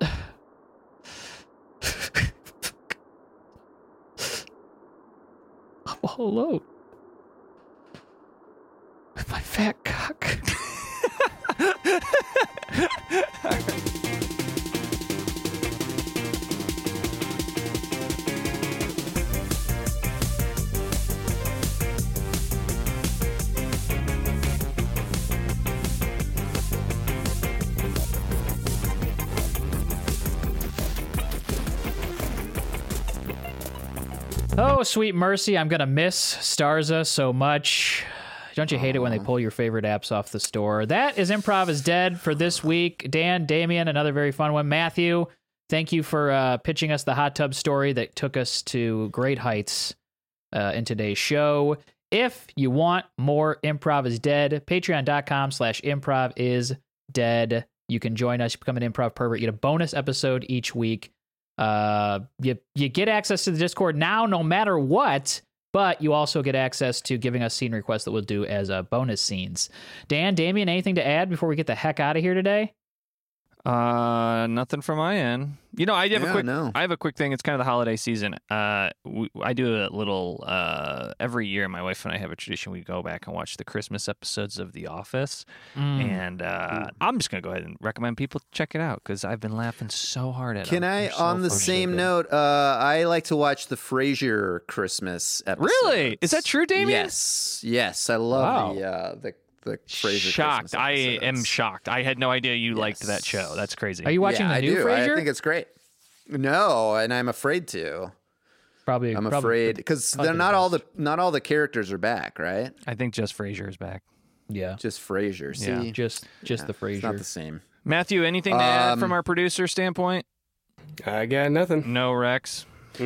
S2: I'm all alone with my fat cock. Oh, sweet mercy, I'm gonna miss Starza so much. Don't you hate it when they pull your favorite apps off the store? That is Improv is Dead for this week. Dan, Damien, another very fun one. Matthew, thank you for uh, pitching us the hot tub story that took us to great heights uh, in today's show. If you want more Improv is Dead, patreon.com slash improv is dead. You can join us, become an improv pervert, you get a bonus episode each week. Uh, you you get access to the Discord now, no matter what. But you also get access to giving us scene requests that we'll do as uh, bonus scenes. Dan, Damien, anything to add before we get the heck out of here today?
S1: Uh, nothing from my end. You know, I have
S3: Yeah,
S1: a quick.
S3: no.
S1: I have a quick thing. It's kind of the holiday season. Uh, we, I do a little. Uh, every year, my wife and I have a tradition. We go back and watch the Christmas episodes of The Office, and uh, I'm just gonna go ahead and recommend people check it out because I've been laughing so hard at.
S3: can
S1: them.
S3: I,
S1: They're so
S3: on the
S1: fucking
S3: same
S1: good.
S3: note, uh, I like to watch the Frasier Christmas episode.
S1: Really? Is that true, Damien?
S3: Yes. Yes, I love
S1: Wow.
S3: the uh, the the Frasier.
S1: shocked.
S3: Christmas
S1: I am
S3: episodes.
S1: shocked. I had no idea you liked
S3: Yes.
S1: that show. That's crazy.
S2: Are you watching
S3: yeah,
S2: the
S3: I
S2: new
S3: do.
S2: Frasier?
S3: I think it's great. No, and I'm afraid to.
S2: probably.
S3: I'm
S2: probably-
S3: afraid because
S2: probably
S3: they're
S2: the
S3: not all the not all the characters are back, right?
S1: I think just Frasier is back.
S2: Yeah,
S3: Just Frasier. See,
S1: Yeah.
S2: just just the
S3: it's not
S2: Frasier.
S3: the same.
S1: Matthew, anything to add
S3: Um,
S1: from our producer standpoint?
S4: I got nothing.
S1: No, Rex.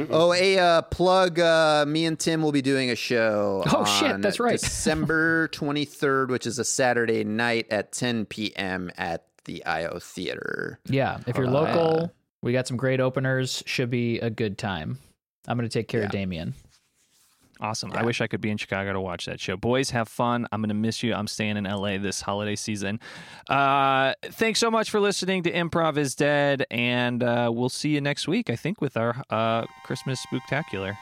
S3: Oh, a uh, plug. Uh, me and Tim will be doing a show.
S2: Oh, shit,
S3: on
S2: that's right.
S3: December 23rd, which is a Saturday night at 10 p.m. at the IO Theater.
S2: yeah, if you're
S3: Uh,
S2: local, we got some great openers. Should be a good time. I'm gonna take care of Damien.
S1: Awesome. I wish I could be in Chicago to watch that show. Boys, have fun. I'm going to miss you. I'm staying in LA this holiday season. Uh, thanks so much for listening to Improv is Dead, and uh, we'll see you next week, I think, with our uh, Christmas Spooktacular.